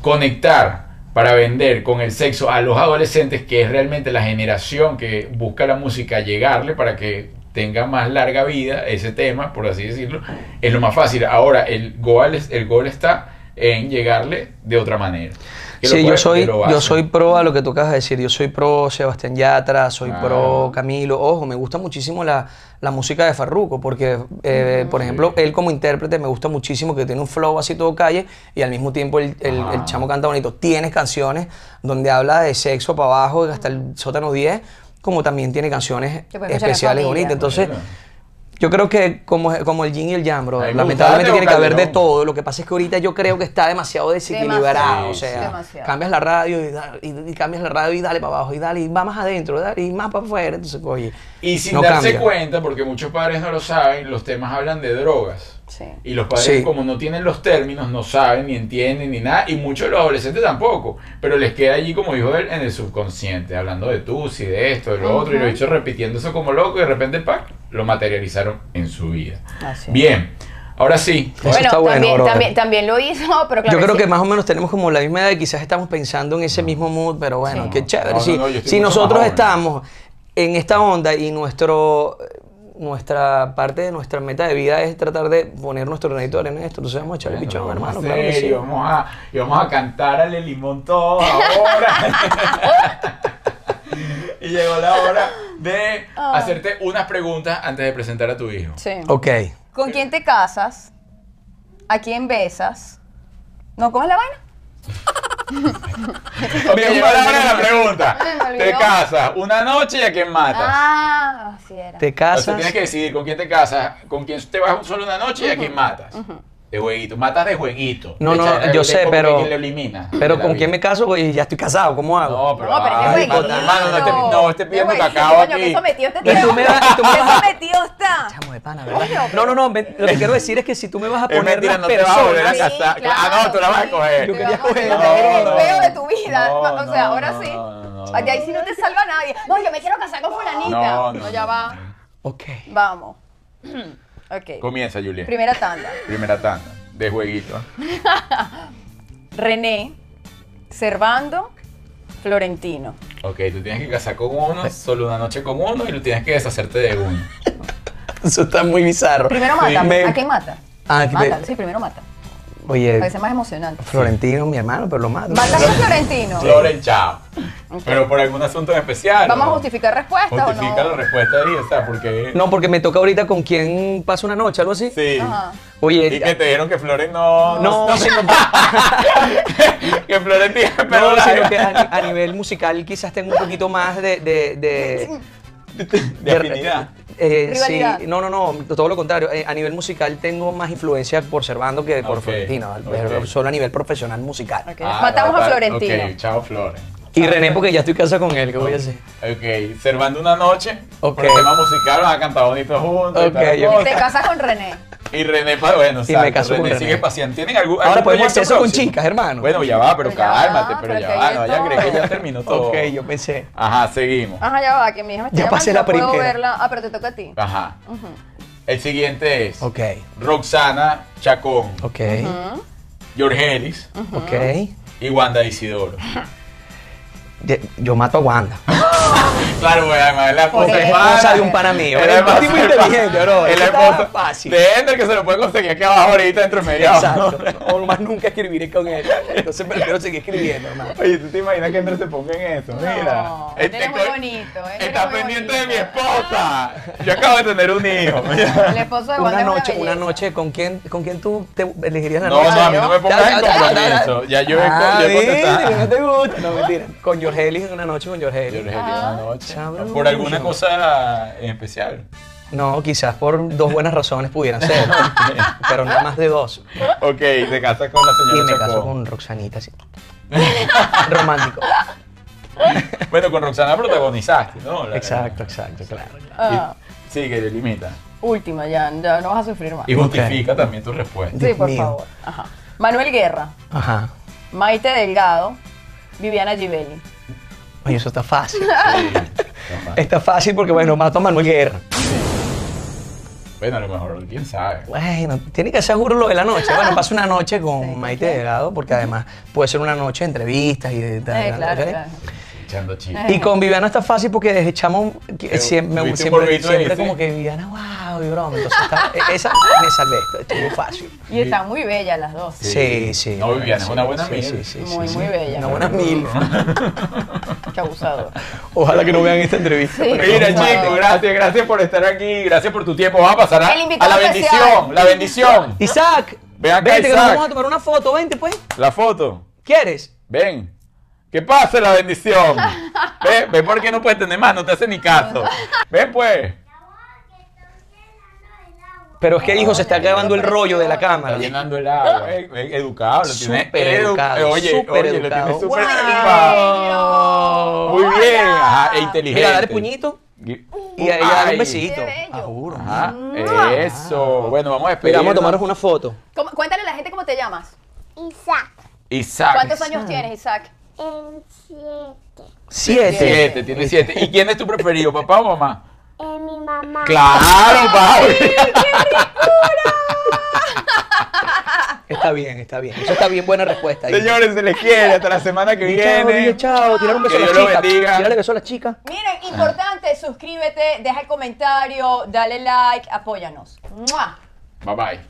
Speaker 1: conectar para vender con el sexo a los adolescentes, que es realmente la generación que busca la música, llegarle para que tenga más larga vida ese tema, por así decirlo, es lo más fácil. Ahora, el gol, es- el gol está en llegarle de otra manera. Que lo
Speaker 3: Sí,
Speaker 1: puede-
Speaker 3: yo soy,
Speaker 1: que lo
Speaker 3: yo
Speaker 1: hace.
Speaker 3: soy pro a lo que tú acabas de decir. Yo soy pro Sebastián Yatra, soy
Speaker 1: Claro.
Speaker 3: pro Camilo. Ojo, me gusta muchísimo la, la música de Farruko, porque, eh, por ejemplo, él como intérprete me gusta muchísimo que tiene un flow así todo calle y al mismo tiempo el, el-
Speaker 1: Ajá.
Speaker 3: el chamo canta bonito. Tienes canciones donde habla de sexo para abajo, hasta el sótano 10, como también tiene canciones
Speaker 2: Que puede escuchar en
Speaker 3: especiales
Speaker 2: familia. pues.
Speaker 3: bonitas. Entonces.
Speaker 1: Bueno.
Speaker 3: Yo creo que como, como el yin y el yang, bro,
Speaker 1: A mí me
Speaker 3: lamentablemente
Speaker 1: gustaba
Speaker 3: tiene que haber
Speaker 1: Calderón.
Speaker 3: de todo. Lo que pasa es que ahorita yo creo que está demasiado desequilibrado.
Speaker 2: Demasiado,
Speaker 3: o sea,
Speaker 2: demasiado.
Speaker 3: cambias la radio y, da- y- y cambias la radio y dale para abajo y dale y va más adentro dale, y más para afuera. Entonces, oye,
Speaker 1: Y sin
Speaker 3: no
Speaker 1: darse
Speaker 3: cambia.
Speaker 1: cuenta, porque muchos padres no lo saben, los temas hablan de drogas.
Speaker 2: Sí.
Speaker 1: Y los padres,
Speaker 3: Sí.
Speaker 1: como no tienen los términos, no saben, ni entienden, ni nada. Y muchos de los adolescentes tampoco. Pero les queda allí, como dijo él, en el subconsciente, hablando de tú, si de esto, de lo otro. Y lo hecho repitiendo eso como loco. Y de repente, ¡pac! lo materializaron en su vida.
Speaker 2: Así es.
Speaker 1: Bien. Ahora sí.
Speaker 3: Eso está bueno,
Speaker 2: también,
Speaker 3: brother.
Speaker 2: también, también lo hizo, <laughs> pero claro.
Speaker 3: Yo creo
Speaker 2: sí.
Speaker 3: que más o menos tenemos como la misma edad y quizás estamos pensando en ese mismo mood, pero bueno,
Speaker 2: Sí.
Speaker 3: qué chévere.
Speaker 1: No, no,
Speaker 3: si
Speaker 1: no, yo estoy
Speaker 3: si
Speaker 1: mucho más
Speaker 3: nosotros
Speaker 1: joven.
Speaker 3: estamos en esta onda y nuestro nuestra parte de nuestra meta de vida es tratar de poner nuestro granito de arena en esto, entonces vamos a echarle
Speaker 1: Bueno,
Speaker 3: pichón,
Speaker 1: vamos
Speaker 3: hermano,
Speaker 1: a
Speaker 3: claro que sí.
Speaker 1: serio, vamos a, y vamos a cantar al limón todo ahora. <laughs> y llegó la hora de
Speaker 2: Ah.
Speaker 1: hacerte unas preguntas antes de presentar a tu hijo.
Speaker 2: Sí.
Speaker 3: Ok.
Speaker 2: ¿Con quién te casas? ¿A quién besas? ¿No comes la vaina?
Speaker 1: Ok, llegó la hora de la pregunta.
Speaker 2: Ay, me olvidó.
Speaker 1: Te casas una noche y a quién matas.
Speaker 2: Ah, así era.
Speaker 3: Te
Speaker 1: O sea,
Speaker 3: casas.
Speaker 1: tienes que decidir con quién te casas, con quién te vas solo una noche y a quién matas. De jueguito, matas de jueguito.
Speaker 3: No,
Speaker 1: De
Speaker 3: no,
Speaker 1: echar-
Speaker 3: yo
Speaker 1: de-
Speaker 3: sé,
Speaker 1: como
Speaker 3: pero-
Speaker 1: que quien lo elimina
Speaker 3: Pero
Speaker 1: de la
Speaker 3: ¿con
Speaker 1: vida.
Speaker 3: quién me caso? güey? Y ya estoy casado, ¿cómo hago?
Speaker 1: No, pero.
Speaker 2: No, pero
Speaker 1: ay,
Speaker 2: ese jueguito.
Speaker 1: mata- hermano, no, estés- no
Speaker 3: este
Speaker 1: estés pidiendo
Speaker 2: Ese jueguito,
Speaker 1: cacao
Speaker 2: coño,
Speaker 1: aquí.
Speaker 2: ¿Qué sometido este
Speaker 3: Y tú
Speaker 2: tío?
Speaker 3: me vas- y tú me
Speaker 2: ¿Qué
Speaker 3: vas-
Speaker 2: sometido está?
Speaker 3: Chamo de pana, ¿verdad? No, no, no, me- lo que quiero decir es que si tú me vas a
Speaker 1: Es
Speaker 3: poner
Speaker 1: mentira,
Speaker 3: las
Speaker 1: no te vas a
Speaker 3: personas,
Speaker 1: volver a
Speaker 2: Sí,
Speaker 1: casar.
Speaker 2: claro,
Speaker 1: ah, no, tú la vas a
Speaker 2: sí,
Speaker 1: coger.
Speaker 3: Yo
Speaker 2: te
Speaker 3: quería
Speaker 2: vas a
Speaker 3: coger.
Speaker 2: casar,
Speaker 3: No,
Speaker 2: eres el
Speaker 3: no,
Speaker 2: feo de
Speaker 1: no.
Speaker 2: tu vida.
Speaker 1: No,
Speaker 2: <laughs> o sea,
Speaker 1: no,
Speaker 2: ahora
Speaker 1: no,
Speaker 2: sí.
Speaker 1: no, no, no.
Speaker 2: Allá ahí sí no te salva nadie. No, yo me quiero casar con fulanita.
Speaker 1: No,
Speaker 2: No,
Speaker 1: no,
Speaker 2: ya
Speaker 1: no.
Speaker 2: va.
Speaker 3: Ok.
Speaker 2: Vamos. <clears throat> ok.
Speaker 1: Comienza, Julián.
Speaker 2: Primera tanda.
Speaker 1: Primera tanda de jueguito.
Speaker 2: René, Servando, Florentino.
Speaker 1: Ok, tú tienes que casar con uno, solo una noche con uno y lo tienes que deshacerte de uno.
Speaker 3: Eso está muy bizarro.
Speaker 2: Primero mata.
Speaker 3: Me-
Speaker 2: ¿A quién mata?
Speaker 3: Ah, que me- Eh.
Speaker 2: Mátalo, sí, primero mata.
Speaker 3: Oye,
Speaker 2: Parece más emocionante.
Speaker 3: Florentino, mi hermano, pero lo mato.
Speaker 2: Mata con Florentino.
Speaker 1: Floren, chao. Pero por algún asunto en especial.
Speaker 2: Vamos a
Speaker 1: ¿no?
Speaker 2: justificar <laughs> respuestas o
Speaker 1: Justifica la
Speaker 2: no.
Speaker 1: respuesta ahí, o sea, porque.
Speaker 3: No, porque me toca ahorita con quién paso una noche, algo así.
Speaker 1: Sí.
Speaker 2: Ajá.
Speaker 3: Oye,
Speaker 1: Y que te dijeron que Floren no. <laughs>
Speaker 3: no, sino que,
Speaker 1: que Floren tiene pero
Speaker 3: no, sino que ah,
Speaker 1: <laughs>
Speaker 3: a, ni- a nivel musical quizás tengo un poquito más de- de- de
Speaker 1: De afinidad.
Speaker 3: Eh, sí,
Speaker 2: Rivalidad.
Speaker 3: no, no, no, todo lo contrario. Eh, a nivel musical tengo más influencia por Servando que por
Speaker 1: Ok,
Speaker 3: Florentino,
Speaker 1: ok.
Speaker 3: pero solo a nivel profesional musical.
Speaker 2: Ok. Matamos
Speaker 1: no,
Speaker 2: a
Speaker 1: tal-
Speaker 2: Florentino.
Speaker 1: Ah, Ok, chao, Floren.
Speaker 3: Y René, porque ya estoy casado con él, ¿qué voy a hacer?
Speaker 1: Ok, Servando una noche.
Speaker 3: Ok.
Speaker 1: Por el tema musical, van a cantar bonito juntos. y
Speaker 3: Ok,
Speaker 1: tal
Speaker 3: yo-
Speaker 1: cosa.
Speaker 2: Te casas con René.
Speaker 1: Y René, pa- bueno,
Speaker 3: Y me
Speaker 1: exacto,
Speaker 3: caso con
Speaker 1: René
Speaker 3: René.
Speaker 1: sigue paseando. ¿Tienen algún,
Speaker 3: Ahora
Speaker 1: algún
Speaker 3: podemos hacer
Speaker 1: proyecto
Speaker 3: eso con
Speaker 1: próximo?
Speaker 3: chicas, hermano.
Speaker 1: Bueno, ya va, pero
Speaker 2: Pero Pues ya va,
Speaker 1: cálmate, pero
Speaker 2: pero
Speaker 1: ya
Speaker 2: que
Speaker 1: va,
Speaker 2: hay
Speaker 1: no,
Speaker 2: de
Speaker 1: ya crees que ya
Speaker 2: todo.
Speaker 1: terminó todo.
Speaker 3: ok, yo pensé.
Speaker 1: Ajá, seguimos.
Speaker 2: Ajá, ya va, que mi hija me está
Speaker 3: Ya pasé
Speaker 2: llamando,
Speaker 3: la
Speaker 2: no puedo
Speaker 3: primera.
Speaker 2: verla. Ah, pero te toca a ti.
Speaker 1: Ajá. El siguiente es
Speaker 3: Ok,
Speaker 1: Roxana Chacón,
Speaker 3: ok,
Speaker 1: Georgelis
Speaker 3: ok.
Speaker 1: y Wanda Isidoro.
Speaker 3: Ye- Yo mato a <laughs> Wanda.
Speaker 1: Claro, güey, además es la
Speaker 2: Porque
Speaker 1: esposa
Speaker 2: es
Speaker 3: esposa
Speaker 1: pana.
Speaker 3: de un pana mío.
Speaker 1: Es la
Speaker 3: Es un
Speaker 1: esposa
Speaker 3: tipo
Speaker 1: del pana.
Speaker 3: inteligente, bro.
Speaker 1: Es la
Speaker 3: Eso está
Speaker 1: esposa
Speaker 3: fácil.
Speaker 1: de Ender que se lo puede conseguir aquí abajo ahorita dentro de media hora.
Speaker 3: Exacto.
Speaker 1: <laughs>
Speaker 3: O más nunca escribiré con él. Entonces prefiero seguir escribiendo, hermano.
Speaker 1: Oye, ¿tú te imaginas que Ender se ponga en eso? Mira.
Speaker 2: No, Ender es muy bonito, Ender es
Speaker 1: Está
Speaker 2: muy
Speaker 1: pendiente de
Speaker 2: bonito.
Speaker 1: mi esposa. Yo acabo de tener un hijo.
Speaker 2: El esposo de Wanda
Speaker 3: Una
Speaker 2: es
Speaker 3: noche,
Speaker 2: belleza.
Speaker 3: una noche, ¿con quién, ¿con quién tú te elegirías la
Speaker 1: No,
Speaker 3: noche?
Speaker 1: no, a mí no me pongas en
Speaker 3: Ya, ya, ya, ya, ya.
Speaker 1: compromiso. Ya yo he,
Speaker 3: Ah,
Speaker 1: yo he
Speaker 3: ¿viste?
Speaker 1: contestado.
Speaker 3: No te
Speaker 1: <laughs>
Speaker 3: gusta. No, mentira. Con Jorgelis, una noche con
Speaker 1: Yo le
Speaker 3: Jorgelis.
Speaker 1: dije una noche.
Speaker 3: Sabroso.
Speaker 1: Por alguna cosa en
Speaker 3: <laughs>
Speaker 1: especial.
Speaker 3: No, quizás por dos buenas razones
Speaker 1: <laughs>
Speaker 3: pudieran ser. pero no más de dos.
Speaker 1: Ok, te casas con la
Speaker 3: Y
Speaker 1: señora
Speaker 3: me caso
Speaker 1: Chacón.
Speaker 3: con Roxanita, así. <laughs> Romántico.
Speaker 1: Bueno, con Roxana protagonizaste, ¿no? La-
Speaker 3: Exacto, exacto, claro.
Speaker 2: Ah,
Speaker 1: Y- Sí, que le limita.
Speaker 2: última, ya, ya no vas a sufrir más.
Speaker 1: Y justifica también tu respuesta.
Speaker 2: Sí,
Speaker 3: Dios
Speaker 2: por
Speaker 3: mío.
Speaker 2: favor. Ajá. Manuel Guerra,
Speaker 3: Ajá.
Speaker 2: Maite Delgado, Viviana Givelli.
Speaker 3: Oye, eso está fácil.
Speaker 1: Sí.
Speaker 3: Está fácil porque, bueno, mato a Manuel Guerra.
Speaker 1: <laughs> Bueno, a lo mejor, quién sabe.
Speaker 3: Bueno, tiene que ser juro lo de la noche. Bueno, pasa una
Speaker 2: <laughs>
Speaker 3: noche con Maite Delgado, porque además puede ser una noche de entrevistas y de tal.
Speaker 2: Eh,
Speaker 3: ¿no?
Speaker 2: claro,
Speaker 3: ¿ok?
Speaker 2: claro.
Speaker 1: Echando chile.
Speaker 3: Y con Viviana está fácil porque desde chamo que-
Speaker 1: Te-
Speaker 3: siem- me-
Speaker 1: tuviste un
Speaker 3: siempre,
Speaker 1: polvito ahí,
Speaker 3: siempre
Speaker 1: ¿sí?
Speaker 3: como que Viviana, wow, y broma. Entonces está- e- esa me salvé, estuvo fácil.
Speaker 2: Y están muy bellas las dos.
Speaker 3: Sí, sí.
Speaker 1: No, Viviana, es una buena
Speaker 3: sí,
Speaker 1: miel.
Speaker 3: Sí, sí, sí,
Speaker 2: muy,
Speaker 3: sí.
Speaker 2: muy bellas.
Speaker 3: Una buena mil.
Speaker 1: <laughs>
Speaker 2: Qué abusador.
Speaker 3: Ojalá que no vean esta entrevista.
Speaker 2: Sí.
Speaker 1: Mira,
Speaker 2: Por favor.
Speaker 1: chicos, gracias, gracias por estar aquí, gracias por tu tiempo. Vamos a pasar a,
Speaker 2: El
Speaker 1: a
Speaker 2: invitado
Speaker 1: la
Speaker 2: especial.
Speaker 1: bendición, la bendición.
Speaker 3: Isaac,
Speaker 1: Ve acá,
Speaker 3: vente que nos
Speaker 1: Isaac.
Speaker 3: vamos a tomar una foto, vente pues.
Speaker 1: La foto,
Speaker 3: ¿Quieres?
Speaker 1: ven. Que pase la
Speaker 2: <laughs>
Speaker 1: bendición. Ve, ve por qué no puedes tener más, no te hace ni caso. Ven pues.
Speaker 3: Pero es que hijo se está acabando el rollo de la cámara.
Speaker 1: Está llenando el agua. Eh, eh, educado, lo tiene.
Speaker 3: Súper
Speaker 1: edu-
Speaker 3: educado,
Speaker 1: eh, Oye,
Speaker 3: súper
Speaker 1: oye, lo tiene
Speaker 3: educado.
Speaker 1: súper
Speaker 3: Guau.
Speaker 1: educado. Muy bien, ajá, e inteligente.
Speaker 3: Mira, dale puñito
Speaker 1: Gui-
Speaker 3: y a ella dale
Speaker 1: Ay.
Speaker 3: un besito.
Speaker 2: Qué bello.
Speaker 3: Ah, juro.
Speaker 1: Ajá,
Speaker 2: Mm.
Speaker 1: eso. Bueno, vamos a
Speaker 3: Mira,
Speaker 1: esperar.
Speaker 3: vamos a tomarnos una foto.
Speaker 2: ¿Cómo- Cuéntale a la gente cómo te llamas.
Speaker 7: Isaac,
Speaker 1: Isaac.
Speaker 2: ¿Cuántos años tienes, Isaac?
Speaker 7: el 7.
Speaker 3: Siete.
Speaker 1: Siete, tiene siete. ¿Y quién es tu preferido, papá o
Speaker 2: <laughs>
Speaker 1: mamá?
Speaker 7: Es mi mamá.
Speaker 1: Claro, papi.
Speaker 3: Está bien, está bien. Eso está bien, buena respuesta.
Speaker 1: <laughs>
Speaker 3: ahí.
Speaker 1: Señores, se les quiere. Hasta la semana que
Speaker 3: Di Chao,
Speaker 1: viene.
Speaker 3: dile chao, tirar un beso
Speaker 1: Que
Speaker 3: a la
Speaker 1: Dios lo
Speaker 3: chica.
Speaker 1: bendiga.
Speaker 3: Tirarle beso a la chica.
Speaker 2: Miren, importante, suscríbete, deja el comentario, dale like, apóyanos. ¡Mua!
Speaker 1: Bye
Speaker 2: <laughs>
Speaker 1: bye.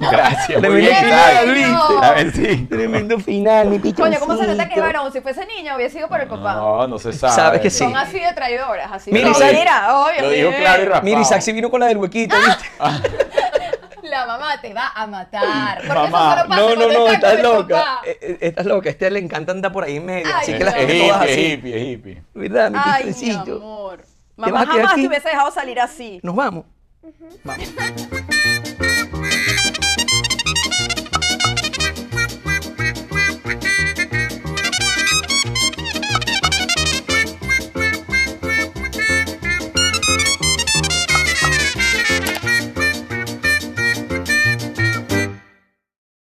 Speaker 1: Gracias.
Speaker 3: Le
Speaker 1: Muy
Speaker 3: voy a
Speaker 1: bien,
Speaker 2: quitar
Speaker 1: Isaac.
Speaker 2: el grito.
Speaker 1: La bendición.
Speaker 3: Tremendo final, mi pichoncito.
Speaker 2: Coño, ¿cómo se nota que es varón? Si fuese niña, hubiera sido por el papá.
Speaker 1: No, no se sabe.
Speaker 3: Sabes que sí.
Speaker 2: Son así de traidoras, así.
Speaker 3: Mira,
Speaker 2: No,
Speaker 3: Isaac-
Speaker 2: mira, obvio.
Speaker 1: Lo dijo
Speaker 2: mira.
Speaker 1: claro y rápido.
Speaker 3: Mira, Isaac se vino con la del
Speaker 2: Ah,
Speaker 3: huequito, ¿viste?
Speaker 2: La mamá te va a matar. Porque
Speaker 1: Mamá,
Speaker 2: eso solo pasa
Speaker 3: No, no,
Speaker 2: cuando
Speaker 3: no,
Speaker 2: está con
Speaker 3: estás
Speaker 2: el
Speaker 3: loca.
Speaker 2: papá.
Speaker 3: Eh, eh, Estás loca. A este le encanta andar por ahí en medio.
Speaker 2: Ay,
Speaker 3: Así que
Speaker 2: no.
Speaker 3: la
Speaker 1: Es
Speaker 3: gente
Speaker 1: hippie,
Speaker 3: todas
Speaker 1: es
Speaker 3: así.
Speaker 1: hippie, es hippie.
Speaker 3: ¿Verdad, mi
Speaker 2: Ay, mi
Speaker 3: pichoncito?
Speaker 2: amor.
Speaker 3: vas
Speaker 2: Mamá
Speaker 3: a quedar
Speaker 2: jamás
Speaker 3: aquí?
Speaker 2: te hubiese dejado salir así.
Speaker 3: Nos vamos. Vamos.